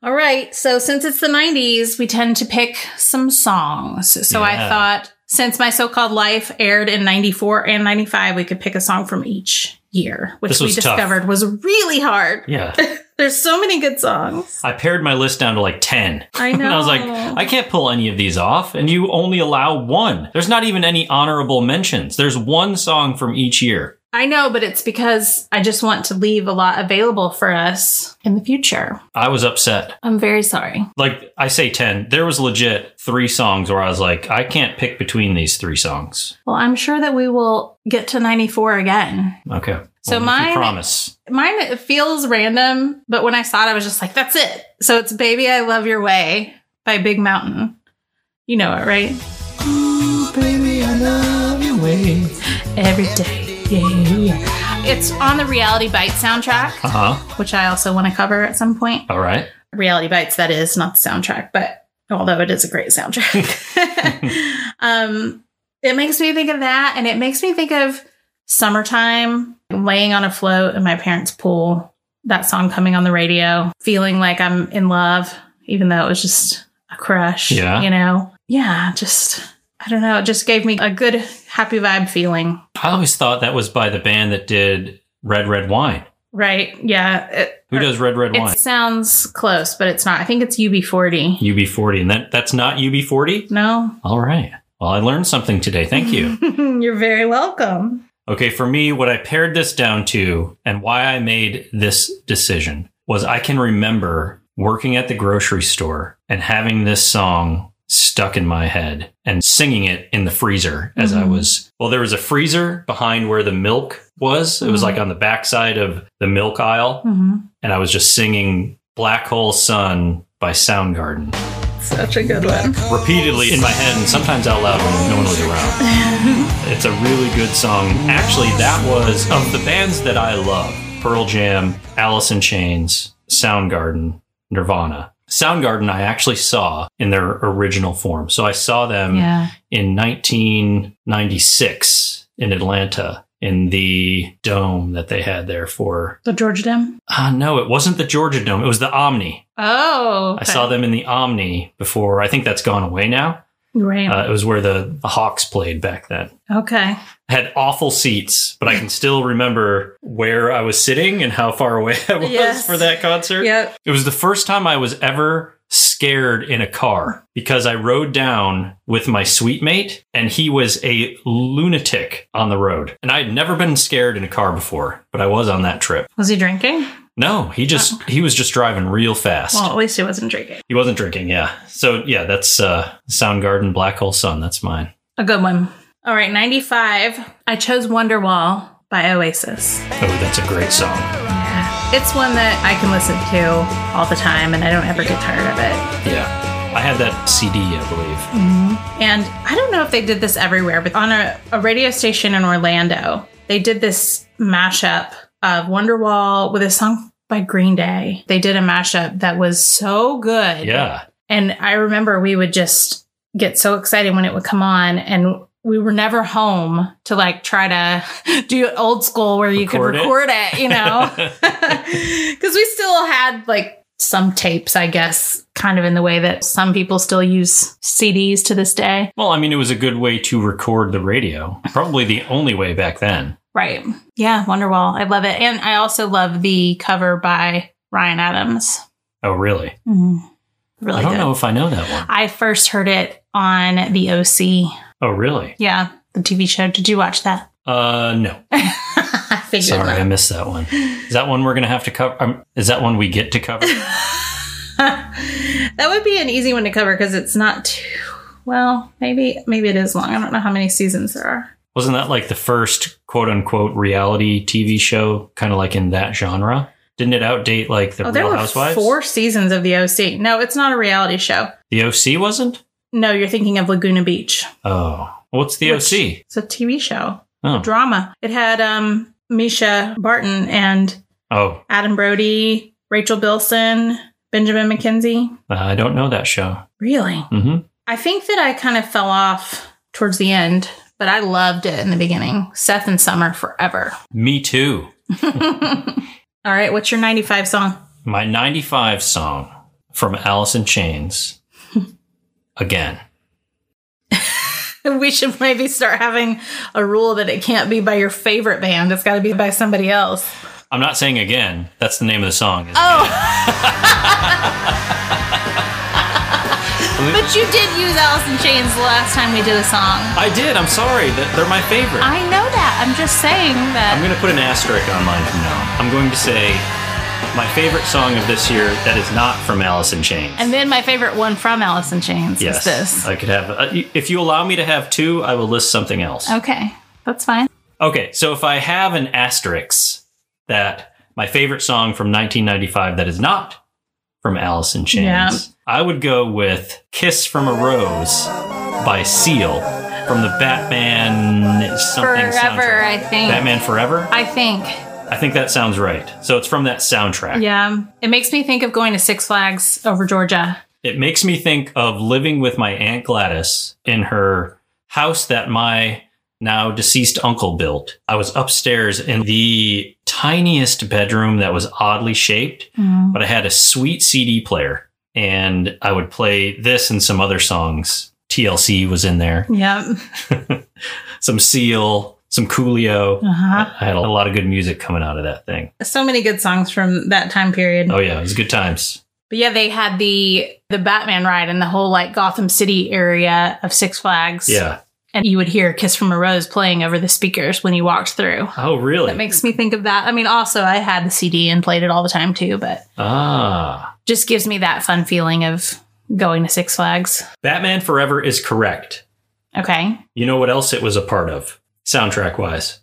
All right. So since it's the 90s, we tend to pick some songs. So I
Yeah.
thought since my so-called life aired in 94 and 95, we could pick a song from each year, which
This
we
was tough.
discovered was really hard.
Yeah.
There's so many good songs.
I pared my list down to like 10.
I
And I was like,
know.
I can't pull any of these off. And you only allow one. There's not even any honorable mentions. There's one song from each year.
I know, but it's because I just want to leave a lot available for us in the future.
I was upset.
I'm very sorry.
Like I say 10, there was legit three songs where I was like, I can't pick between these three songs.
Well, I'm sure that we will get to 94 again.
Okay. Well,
So
if you
mine-
promise.
Mine it feels random, but when I saw it, I was just like, that's it. So it's Baby I Love Your Way by Big Mountain. You know it, right?
Baby, I love your way.
Every day. Yeah, yeah. It's on the Reality Bite soundtrack,
Uh-huh.
which I also want to cover at some point.
All right.
Reality Bites, that is, not the soundtrack, but although it is a great soundtrack. um, it makes me think of that, and it makes me think of summertime, laying on a float in my parents' pool, that song coming on the radio, feeling like I'm in love, even though it was just a crush.
Yeah.
You know? Yeah, just, I don't know. It just gave me a good, happy vibe feeling.
I always thought that was by the band that did Red Red Wine.
Right. Yeah. It,
Who does Red Red Wine?
it sounds close, but it's not. I think it's UB40.
UB40. And that that's not UB40?
No?
All right. Well, I learned something today. Thank you.
You're very welcome.
Okay, for me, what I pared this down to and why I made this decision was I can remember working at the grocery store and having this song stuck in my head and singing it in the freezer as I
Mhm.
was. Well, there was a freezer behind where the milk was. It was like on the backside of the milk aisle. And I was just singing Black Hole Sun by Soundgarden
Such a good one.
repeatedly in my head and sometimes out loud when no one was around. it's a really good song. Actually, that was of the bands that I love Pearl Jam, Alice in Chains, Soundgarden, Nirvana. Soundgarden, I actually saw in their original form. So I saw them
Yeah.
in 1996 in Atlanta in the dome that they had there for.
The Georgia Dome.
Uh, no, it wasn't the Georgia Dome. It was the Omni.
Oh.
I saw them in the Omni before. I think that's gone away now.
Right.
Uh, it was where the, the Hawks played back then.
okay.
I had awful seats, but I can still remember where I was sitting and how far away I was
Yes.
for that concert.
Yep.
It was the first time I was ever scared in a car because I rode down with my sweet mate and he was a lunatic on the road. And I had never been scared in a car before, but I was on that trip.
Was he drinking?
No, he just he was just driving real fast.
Well, at least he wasn't drinking.
He wasn't drinking, yeah. So yeah, that's uh Soundgarden Black Hole Sun, that's mine.
A good one. All right, 95. I chose Wonderwall by Oasis.
Oh, that's a great song.
It's one that I can listen to all the time and I don't ever get tired of it.
Yeah. I had that CD, I believe.
And I don't know if they did this everywhere, but on a, a radio station in Orlando, they did this mashup of Wonderwall with a song by Green Day. They did a mashup that was so good.
Yeah.
And I remember we would just get so excited when it would come on and we were never home to like try to do old school where you could
Record it?
record it, you know. Cuz we still had like some tapes, I guess, kind of in the way that some people still use CDs to this day.
Well, I mean, it was a good way to record the radio. Probably the only way back then.
Right. Yeah, Wonderwall. I love it. And I also love the cover by Ryan Adams. Mm-hmm.
Oh, really?
Really
I don't
good.
know if I know that one.
I first heard it on the OC.
Oh, really?
Yeah, the TV show. Did you watch that?
Uh, no.
I figured
Sorry, I
that.
missed that one. Is that one we're going to have to cover? Um, is that one we get to cover?
that would be an easy one to cover because it's not too well. Maybe maybe it is long. I don't know how many seasons there are.
Wasn't that like the first quote unquote reality TV show, kind of like in that genre? Didn't it outdate like the
oh, there
Real
were
Housewives?
four seasons of the OC. No, it's not a reality show.
The OC wasn't?
No, you're thinking of Laguna Beach.
Oh, what's the
Which-
OC?
It's a TV show,
Oh,
drama. It had um, Misha Barton and
oh,
Adam Brody, Rachel Bilson, Benjamin McKenzie.
uh, I don't know that show.
Really?
hmm
I think that I kind of fell off towards the end, but I loved it in the beginning. Seth and Summer forever.
Me too.
All right, what's your 95 song?
My 95 song from Alice in Chains. Again.
We should maybe start having a rule that it can't be by your favorite band. It's got to be by somebody else.
I'm not saying again. That's the name of the song. isn't
Oh, but you did use Alice in Chains the last time we did a song.
I did. I'm sorry. That they're my favorite.
I know that. I'm just saying
I'm
that.
going to put an asterisk on mine from now. on. I'm going to say my favorite song of this year that is not from Alice in Chains.
And then my favorite one from Alice in Chains
yes,
is this.
I could have. Uh, if you allow me to have two, I will list something else.
Okay, that's fine.
Okay, so if I have an asterisk that my favorite song from 1995 that is not from Alice in Chains,
Yeah.
I would go with Kiss from a Rose by Seal from the Batman something
Forever,
soundtrack.
I think.
Batman Forever?
I think.
I think that sounds right. So it's from that soundtrack.
Yeah. It makes me think of going to Six Flags over Georgia.
It makes me think of living with my Aunt Gladys in her house that my now deceased uncle built. I was upstairs in the tiniest bedroom that was oddly shaped,
Mm-hmm.
but I had a sweet CD player and I would play this and some other songs. TLC was in there,
Yep.
some Seal, some Coolio.
Uh-huh.
I had a lot of good music coming out of that thing.
So many good songs from that time period.
Oh, yeah, it was good times.
But yeah, they had the the Batman ride and the whole like Gotham City area of Six Flags.
Yeah.
And you would hear Kiss from a Rose playing over the speakers when you walked through.
Oh, really?
That makes me think of that. I mean, also I had the CD and played it all the time too, but
ah.
just gives me that fun feeling of going to Six Flags.
Batman Forever is correct.
Okay.
You know what else it was a part of, soundtrack wise?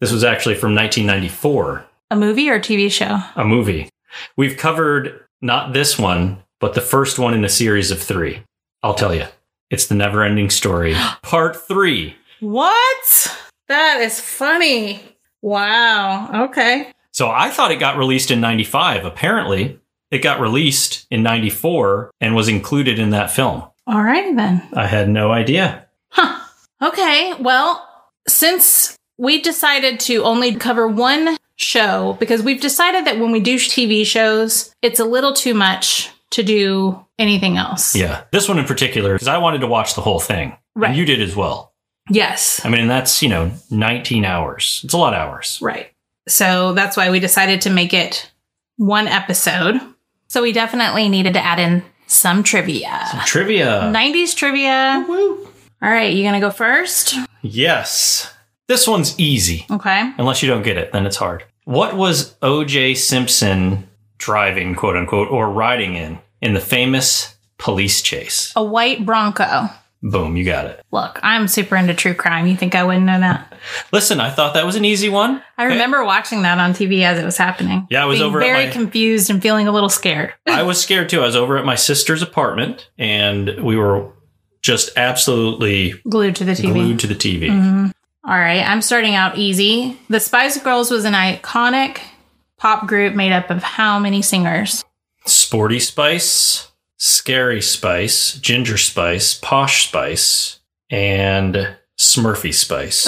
This was actually from 1994,
A movie or TV show?
a movie. We've covered not this one, but the first one in a series of three. I'll tell you, it's the never ending story, part three.
What? That is funny. Wow. Okay.
So I thought it got released in 95. Apparently, it got released in 94 and was included in that film.
All righty then.
I had no idea.
Okay. Well, since we decided to only cover one show, because we've decided that when we do TV shows, it's a little too much to do anything else.
Yeah. This one in particular, because I wanted to watch the whole thing.
Right.
And you did as well.
Yes.
I mean, that's, you know, 19 hours. It's a lot of hours.
Right. So that's why we decided to make it one episode. So we definitely needed to add in some trivia.
Trivia.
90s trivia. All right, you gonna go first?
Yes. This one's easy.
Okay.
Unless you don't get it, then it's hard. What was OJ Simpson driving, quote unquote, or riding in in the famous police chase?
A white Bronco.
Boom, you got it.
Look, I'm super into true crime. You think I wouldn't know that?
Listen, I thought that was an easy one.
I remember watching that on TV as it was happening.
Yeah, I was
Being
over at
very
my-
confused and feeling a little scared.
I was scared too. I was over at my sister's apartment and we were just absolutely
Glued to the TV.
glued to the TV.
All right, I'm starting out easy. The Spice Girls was an iconic pop group made up of how many singers?
Sporty Spice, Scary Spice, Ginger Spice, Posh Spice, and Smurfy Spice.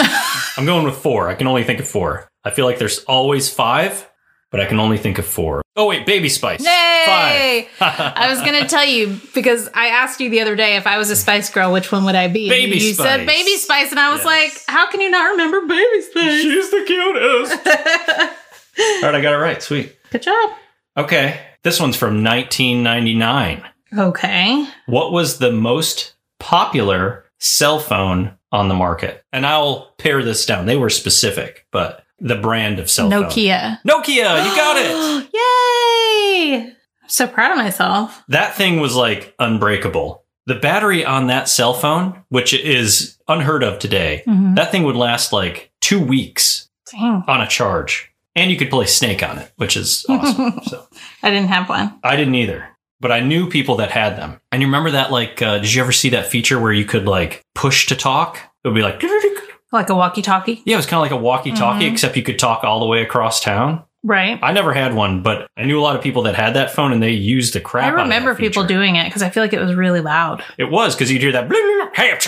I'm going with four. I can only think of four. I feel like there's always five, but I can only think of four. Oh wait, Baby Spice.
Yay!
Five.
I was gonna tell you because I asked you the other day if I was a Spice Girl, which one would I be?
Baby
you
Spice.
said Baby Spice, and I was
Yes.
like, how can you not remember Baby Spice?
She's the cutest. All right, I got it right. Sweet.
Good job.
Okay, this one's from 1999.
Okay.
What was the most popular cell phone on the market? And I'll pare this down. They were specific, but the brand of cell phone.
Nokia.
Nokia, you got it.
Yay! I'm so proud of myself.
That thing was like unbreakable. The battery on that cell phone, which is unheard of today,
Mhm.
that thing would last like two weeks
Dang.
on a charge. And you could play Snake on it, which is awesome. so
I didn't have one.
I didn't either, but I knew people that had them. And you remember that, like, uh, did you ever see that feature where you could like push to talk? It would be like, yeah,
Like a walkie-talkie,
it was kind of like a walkie-talkie,
Mm-hmm.
except you could talk all the way across town.
right?
I never had one, but I knew a lot of people that had that phone, and they used the crap.
I
out of that
remember people
feature.
doing it because I feel like it was really loud.
It was because you'd hear that. Hey,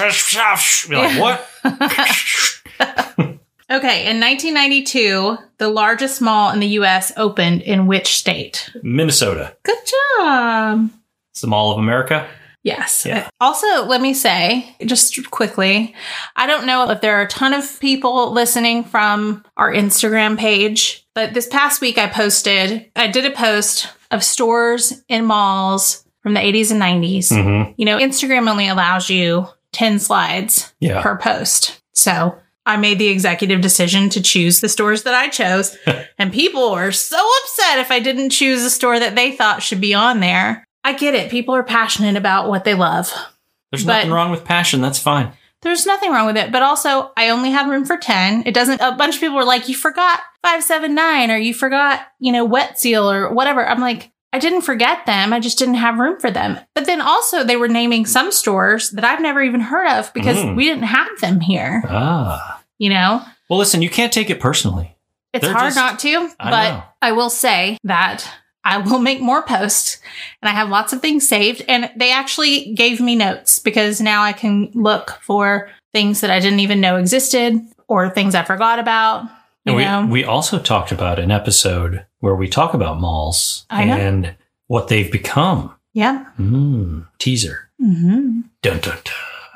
you're like what?
Okay, in 1992, the largest mall in the U.S. opened in which state?
Minnesota.
Good job.
It's the Mall of America.
Yes. Uh,
Yeah.
Also, let me say just quickly, I don't know if there are a ton of people listening from our Instagram page, but this past week I posted, I did a post of stores in malls from the 80s and 90s.
Mm-hmm.
You know, Instagram only allows you 10 slides
Yeah.
per post. So I made the executive decision to choose the stores that I chose. and people were so upset if I didn't choose a store that they thought should be on there. I get it. People are passionate about what they love.
There's
But-
nothing wrong with passion. That's fine.
There's nothing wrong with it. But also, I only had room for 10. It doesn't, a bunch of people were like, you forgot 579 or you forgot, you know, Wet Seal or whatever. I'm like, I didn't forget them. I just didn't have room for them. But then also, they were naming some stores that I've never even heard of because
Mm.
we didn't have them here,
Ah.
you know?
Well, listen, you can't take it personally.
It's
They're
hard
just-
not to,
I
but
know.
I will say that I will make more posts and I have lots of things saved. And they actually gave me notes because now I can look for things that I didn't even know existed or things I forgot about. You
And we,
know,
we also talked about an episode where we talk about malls
I know.
and what they've become.
yeah.
Mm, teaser.
Mm-hmm.
Dun, dun, dun.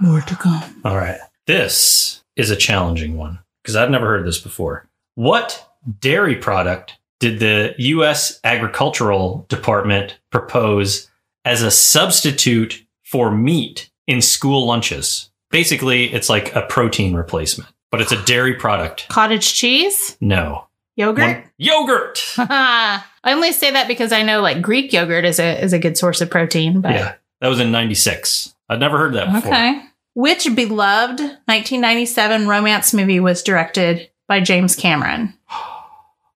More to come.
All right. This is a challenging one because I've never heard this before. What dairy product did the U.S. Agricultural Department propose as a substitute for meat in school lunches? Basically, it's like a protein replacement, but it's a dairy product.
Cottage cheese,
No.
yogurt.
One- yogurt.
I only say that because I know like Greek yogurt is a is a good source of protein. But
Yeah, that was in '96. I'd never heard that before.
Okay. Which beloved 1997 romance movie was directed by James Cameron?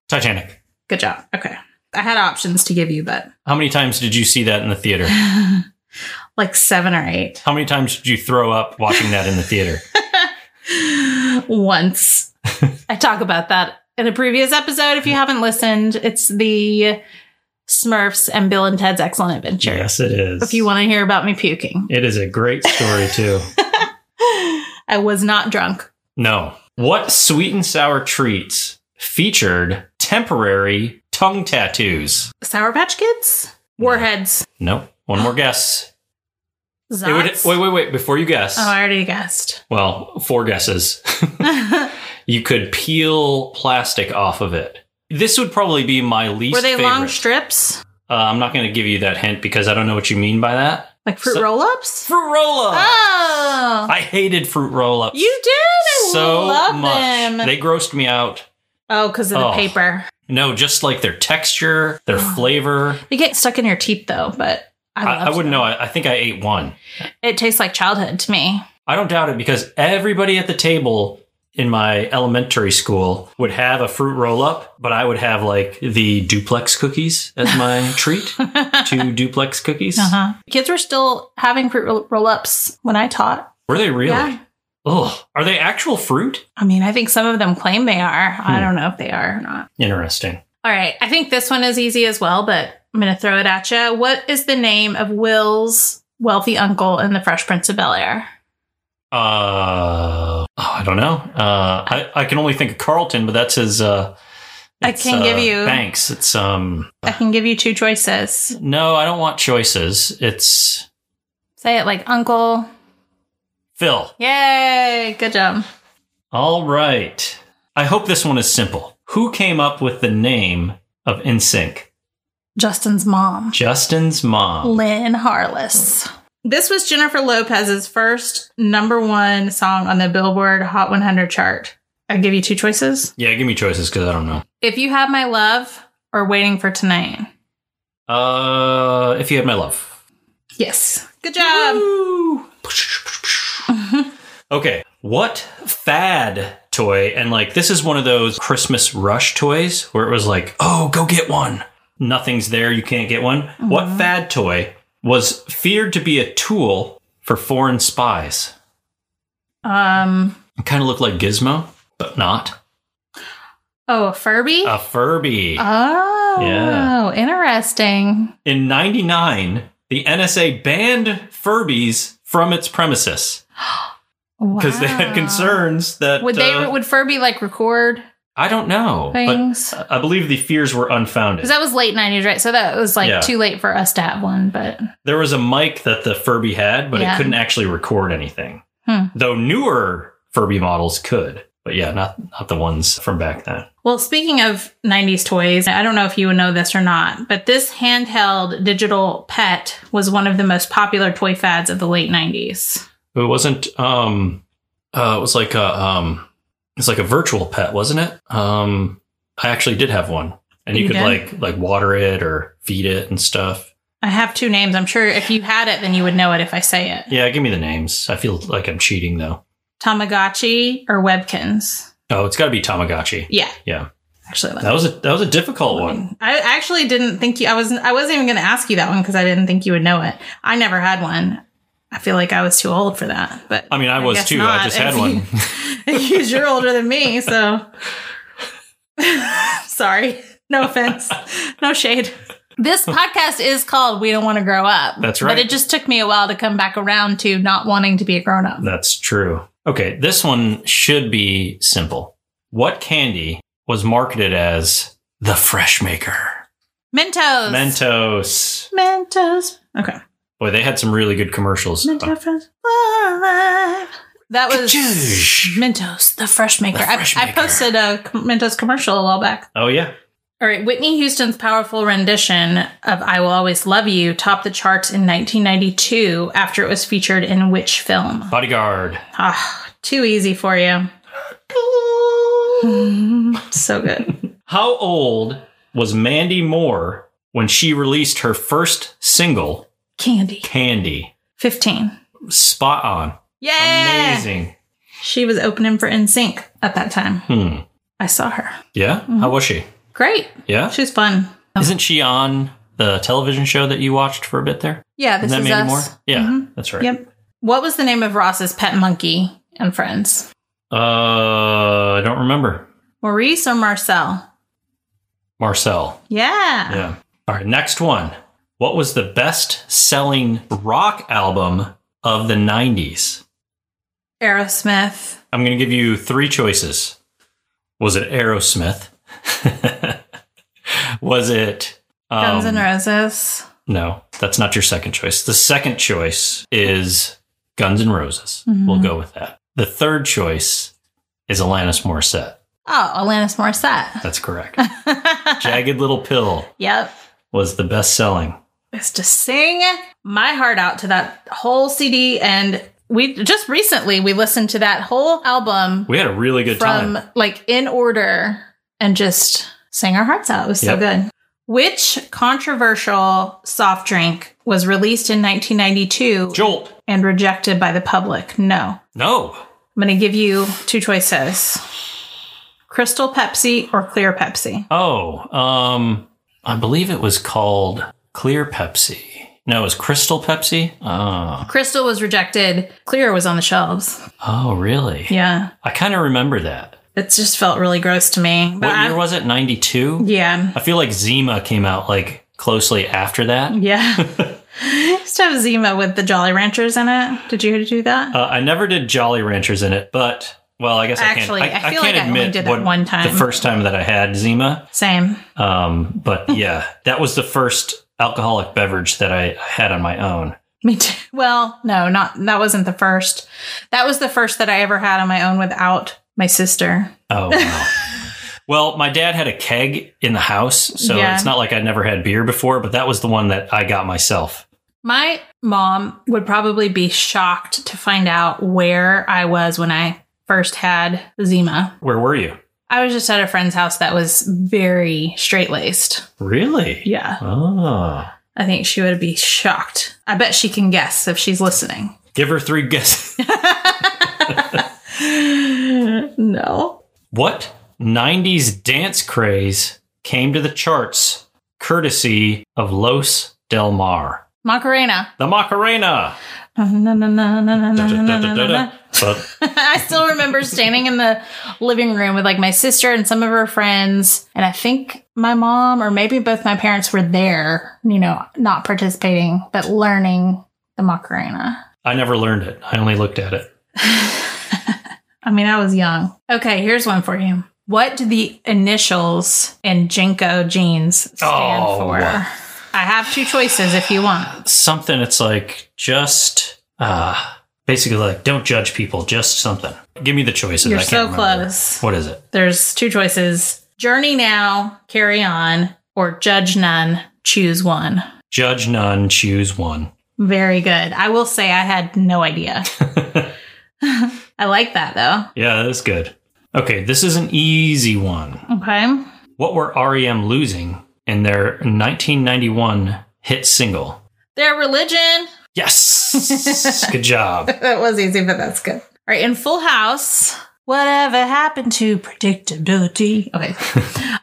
Titanic.
Good job. Okay. I had options to give you, but
How many times did you see that in the theater?
like seven or eight.
How many times did you throw up watching that in the theater?
Once. I talk about that in a previous episode. If you haven't listened, it's the Smurfs and Bill and Ted's Excellent Adventure.
Yes, it is.
If you want to hear about me puking,
it is a great story too.
I was not drunk.
no. What sweet and sour treats featured temporary tongue tattoos?
Sour Patch Kids? Warheads?
Nope. One more guess. It would-
Zots?
wait, wait, wait. Before you guess,
oh, I already guessed.
well, four guesses. you could peel plastic off of it. This would probably be my least.
Were they
favorite.
long strips?
Uh, I'm not going to give you that hint because I don't know what you mean by that.
Like fruit
So-
roll ups?
Fruit roll up.
Oh.
I hated fruit roll ups.
you did. I
so
love
much.
them.
They grossed me out.
oh, because of the
Oh.
paper.
No, just like their texture, their flavor.
They get stuck in your teeth though, but I,
I, I
loved
wouldn't
them.
know. I, I think I ate one.
It tastes like childhood to me.
I don't doubt it because everybody at the table in my elementary school would have a fruit roll up, but I would have like the duplex cookies as my treat. Two duplex cookies.
Uh-huh. Kids were still having fruit roll ups when I taught.
Were they really?
Yeah.
Ugh. Are they actual fruit?
I mean, I think some of them claim they are.
Hmm.
I don't know if they are or not.
Interesting.
All right. I think this one is easy as well, but I'm going to throw it at you. What is the name of Will's wealthy uncle in The Fresh Prince of Bel Air?
Uh, oh, I don't know. Uh, I, I can only think of Carlton, but that's his uh,
I
It's,
can give
uh,
you-
Banks. It's um.
I can give you two choices.
No, I don't want choices. It's
Say it like uncle.
Phil.
Yay! Good job.
All right. I hope this one is simple. Who came up with the name of NSYNC?
Justin's mom,
Justin's mom.
Oh.
Lynn Harless. This was Jennifer Lopez's first number one song on the Billboard Hot 100 chart. I give you two choices.
Yeah, give me choices because I don't know.
If you have my love or waiting for tonight.
Uh, if you had my love.
Yes. Good job.
Okay. What fad toy? And like, this is one of those Christmas rush toys where it was like, oh, go get one. Nothing's there. You can't get one.
Mm-hmm.
What fad toy was feared to be a tool for foreign spies?
Um.
It kind of looked like Gizmo, but not.
Oh, a Furby.
A Furby.
oh,
Uh, Yeah.
Interesting.
In 99, the NSA banned Furbies from its premises because they had
Wow.
concerns that.
Would they?
uh,
Would Furby like record?
I don't know.
Things.
But I believe the fears were unfounded.
Because that was late '90s, right? So that was like
Yeah.
too late for us to have one. But
there was a mic that the Furby had, but
Yeah.
it couldn't actually record anything.
Hmm.
Though newer Furby models could. But yeah, not not the ones from back then.
well, speaking of '90s toys, I don't know if you would know this or not, but this handheld digital pet was one of the most popular toy fads of the late '90s.
It wasn't um uh it was like a um it's like a virtual pet, wasn't it? Um I actually did have one. And you,
You
could
did?
like like water it or feed it and stuff.
I have two names. I'm sure if you had it, then you would know it if I say it.
Yeah, give me the names. I feel like I'm cheating though.
Tamagotchi or Webkins.
Oh, it's got to be Tamagotchi.
Yeah,
Yeah.
actually,
That was a that was a difficult one.
I actually didn't think you. I wasn't. I wasn't even going to ask you that one because I didn't think you would know it. I never had one. I feel like I was too old for that. But
I mean, I, was
guess
too.
not,
I just had
if
one.
You, because you're older than me, so sorry. No offense. No shade. This podcast is called "We Don't Want to Grow Up."
That's right.
But it just took me a while to come back around to not wanting to be a grown up.
That's true. Okay, this one should be simple. What candy was marketed as the fresh maker?
Mentos.
Mentos.
Mentos. Okay.
Boy, they had some really good commercials.
Mentos Fresh Alive. That was Mentos, the fresh maker.
The fresh
I, I
maker.
posted a com- Mentos commercial a while back.
Oh yeah.
All right, Whitney Houston's powerful rendition of "I Will Always Love You" topped the charts in 1992 after it was featured in which film?
Bodyguard.
Ah, too easy for you. so good.
How old was Mandy Moore when she released her first single,
Candy.
Candy?
15.
Spot on.
Yeah.
Amazing.
She was opening for NSYNC at that time.
Hmm.
I saw her.
Yeah?
Mm-hmm.
How was she?
Great.
Yeah?
She was fun.
Isn't she on the television show that you watched for a bit there?
Yeah, this
Isn't that
is
Mandy
us. Mm-hmm.
Moore? Yeah, that's right.
Yep. What was the name of Ross's pet monkey and friends?
Uh, I don't remember.
Maurice or Marcel?
Marcel.
Yeah.
Yeah. All right, next one. What was the best selling rock album of the 90s?
Aerosmith.
I'm going to give you three choices. Was it Aerosmith? was it. Um,
Guns N' Roses.
No, that's not your second choice. The second choice is Guns N' Roses.
Mm-hmm.
We'll go with that. The third choice is Alanis Morissette.
Oh, Alanis Morissette.
That's correct. Jagged Little Pill
Yep.
was the best selling.
Is to sing my heart out to that whole CD. And we just recently we listened to that whole album
We had a really good
from
time.
like in order and just sang our hearts out. It was so
Yep.
good. Which controversial soft drink was released in 1992
Jolt.
and rejected by the public? No.
No.
I'm going to give you two choices Crystal Pepsi or Clear Pepsi.
Oh, um, I believe it was called Clear Pepsi. No, it was Crystal Pepsi. Oh,
Crystal was rejected. Clear was on the shelves.
oh really?
Yeah.
I kind of remember that.
It just felt really gross to me. But
What
I-
year was it? 92?
yeah.
I feel like Zima came out like closely after that.
Yeah. I used to have Zima with the Jolly Ranchers in it. Did you do that?
Uh, I never did Jolly Ranchers in it, but Well, I guess
Actually,
I can't. I,
I feel
can't
like I only
admit
did that
what-
one time.
The first time that I had Zima,
Same.
um, but yeah, that was the first alcoholic beverage that I had on my own.
Me too. Well, no, not that wasn't the first. That was the first that I ever had on my own without my sister.
Oh. Wow. Well, my dad had a keg in the house, so
Yeah.
it's not like I never had beer before, but that was the one that I got myself.
My mom would probably be shocked to find out where I was when I first had Zima.
Where were you?
I was just at a friend's house that was very straight laced.
Really?
Yeah.
Oh.
I think she would be shocked. I bet she can guess if she's listening.
Give her three guesses.
No.
what 90s dance craze came to the charts courtesy of Los Del Mar?
Macarena.
The Macarena.
Na, na, na, na, na, na, na, na, na, na.
But
I still remember standing in the living room with like my sister and some of her friends. And I think my mom or maybe both my parents were there, you know, not participating, but learning the Macarena.
I never learned it. I only looked at it.
I mean, I was young. Okay, here's one for you. What do the initials in Jenko jeans stand
Oh.
for? I have two choices if you want.
Something it's like just uh basically like don't judge people, just something. Give me the choices.
You're
I can't
so
remember.
close.
What is it?
There's two choices Journey Now, Carry On, or Judge None, Choose One.
Judge none, choose one.
Very good. I will say I had no idea. I like that though.
Yeah, that's good. Okay, this is an easy one.
Okay.
What were REM losing in their 1991 hit single?
Their religion.
Yes. good job.
That was easy, but that's good. All right. In Full House, whatever happened to predictability? Okay.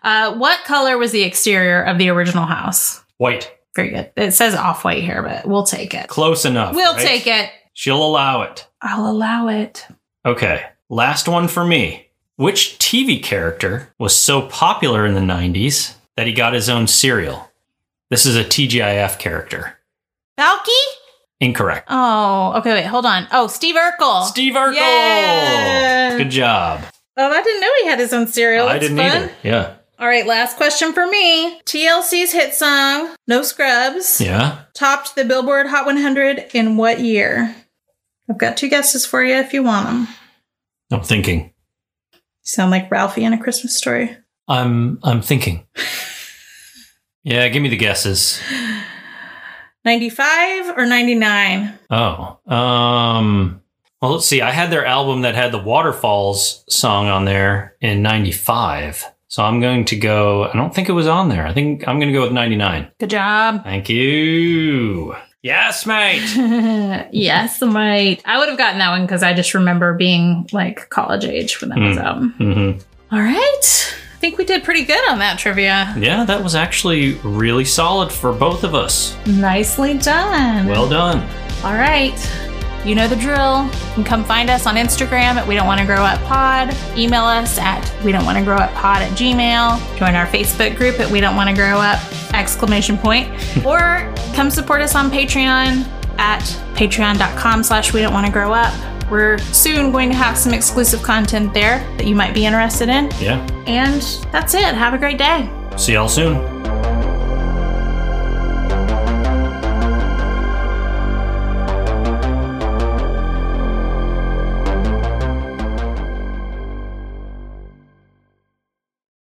uh, what color was the exterior of the original house?
White.
Very good. It says off white here, but we'll take it.
Close enough.
We'll
right?
take it.
She'll allow it.
I'll allow it.
Okay, last one for me. Which TV character was so popular in the 90s that he got his own cereal? This is a TGIF character.
Balky?
Incorrect.
Oh, okay. Wait, hold on. Oh, Steve Urkel.
Steve Urkel.
Yeah.
Good job.
Oh, I didn't know he had his own cereal.
I
That's
didn't
fun.
either. Yeah.
All right, last question for me. TLC's hit song, No Scrubs,
Yeah.
topped the Billboard Hot 100 in what year? I've got two guesses for you if you want them. You
I'm thinking.
sound like Ralphie in a Christmas story.
I'm I'm thinking. Yeah, give me the guesses.
95 or 99?
Oh. Um well, let's see. I had their album that had the Waterfalls song on there in 95. So I'm going to go I don't think it was on there. I think I'm going to go with 99.
Good job.
Thank you. Yes, mate.
yes, right. I would have gotten that one because I just remember being like college age when that was out.
Mhm.
All right. I think we did pretty good on that trivia.
Yeah, that was actually really solid for both of us.
Nicely done.
Well done.
All right. You know the drill. You can come find us on Instagram at We Don't Want to Grow Up Pod. Email us at We Don't Want to Grow Up Pod at Gmail. Join our Facebook group at We Don't Want to Grow Up exclamation point. or come support us on Patreon at patreon.com slash We Don't Want to Grow Up. We're soon going to have some exclusive content there that you might be interested in.
Yeah.
And that's it. Have a great day.
See y'all soon.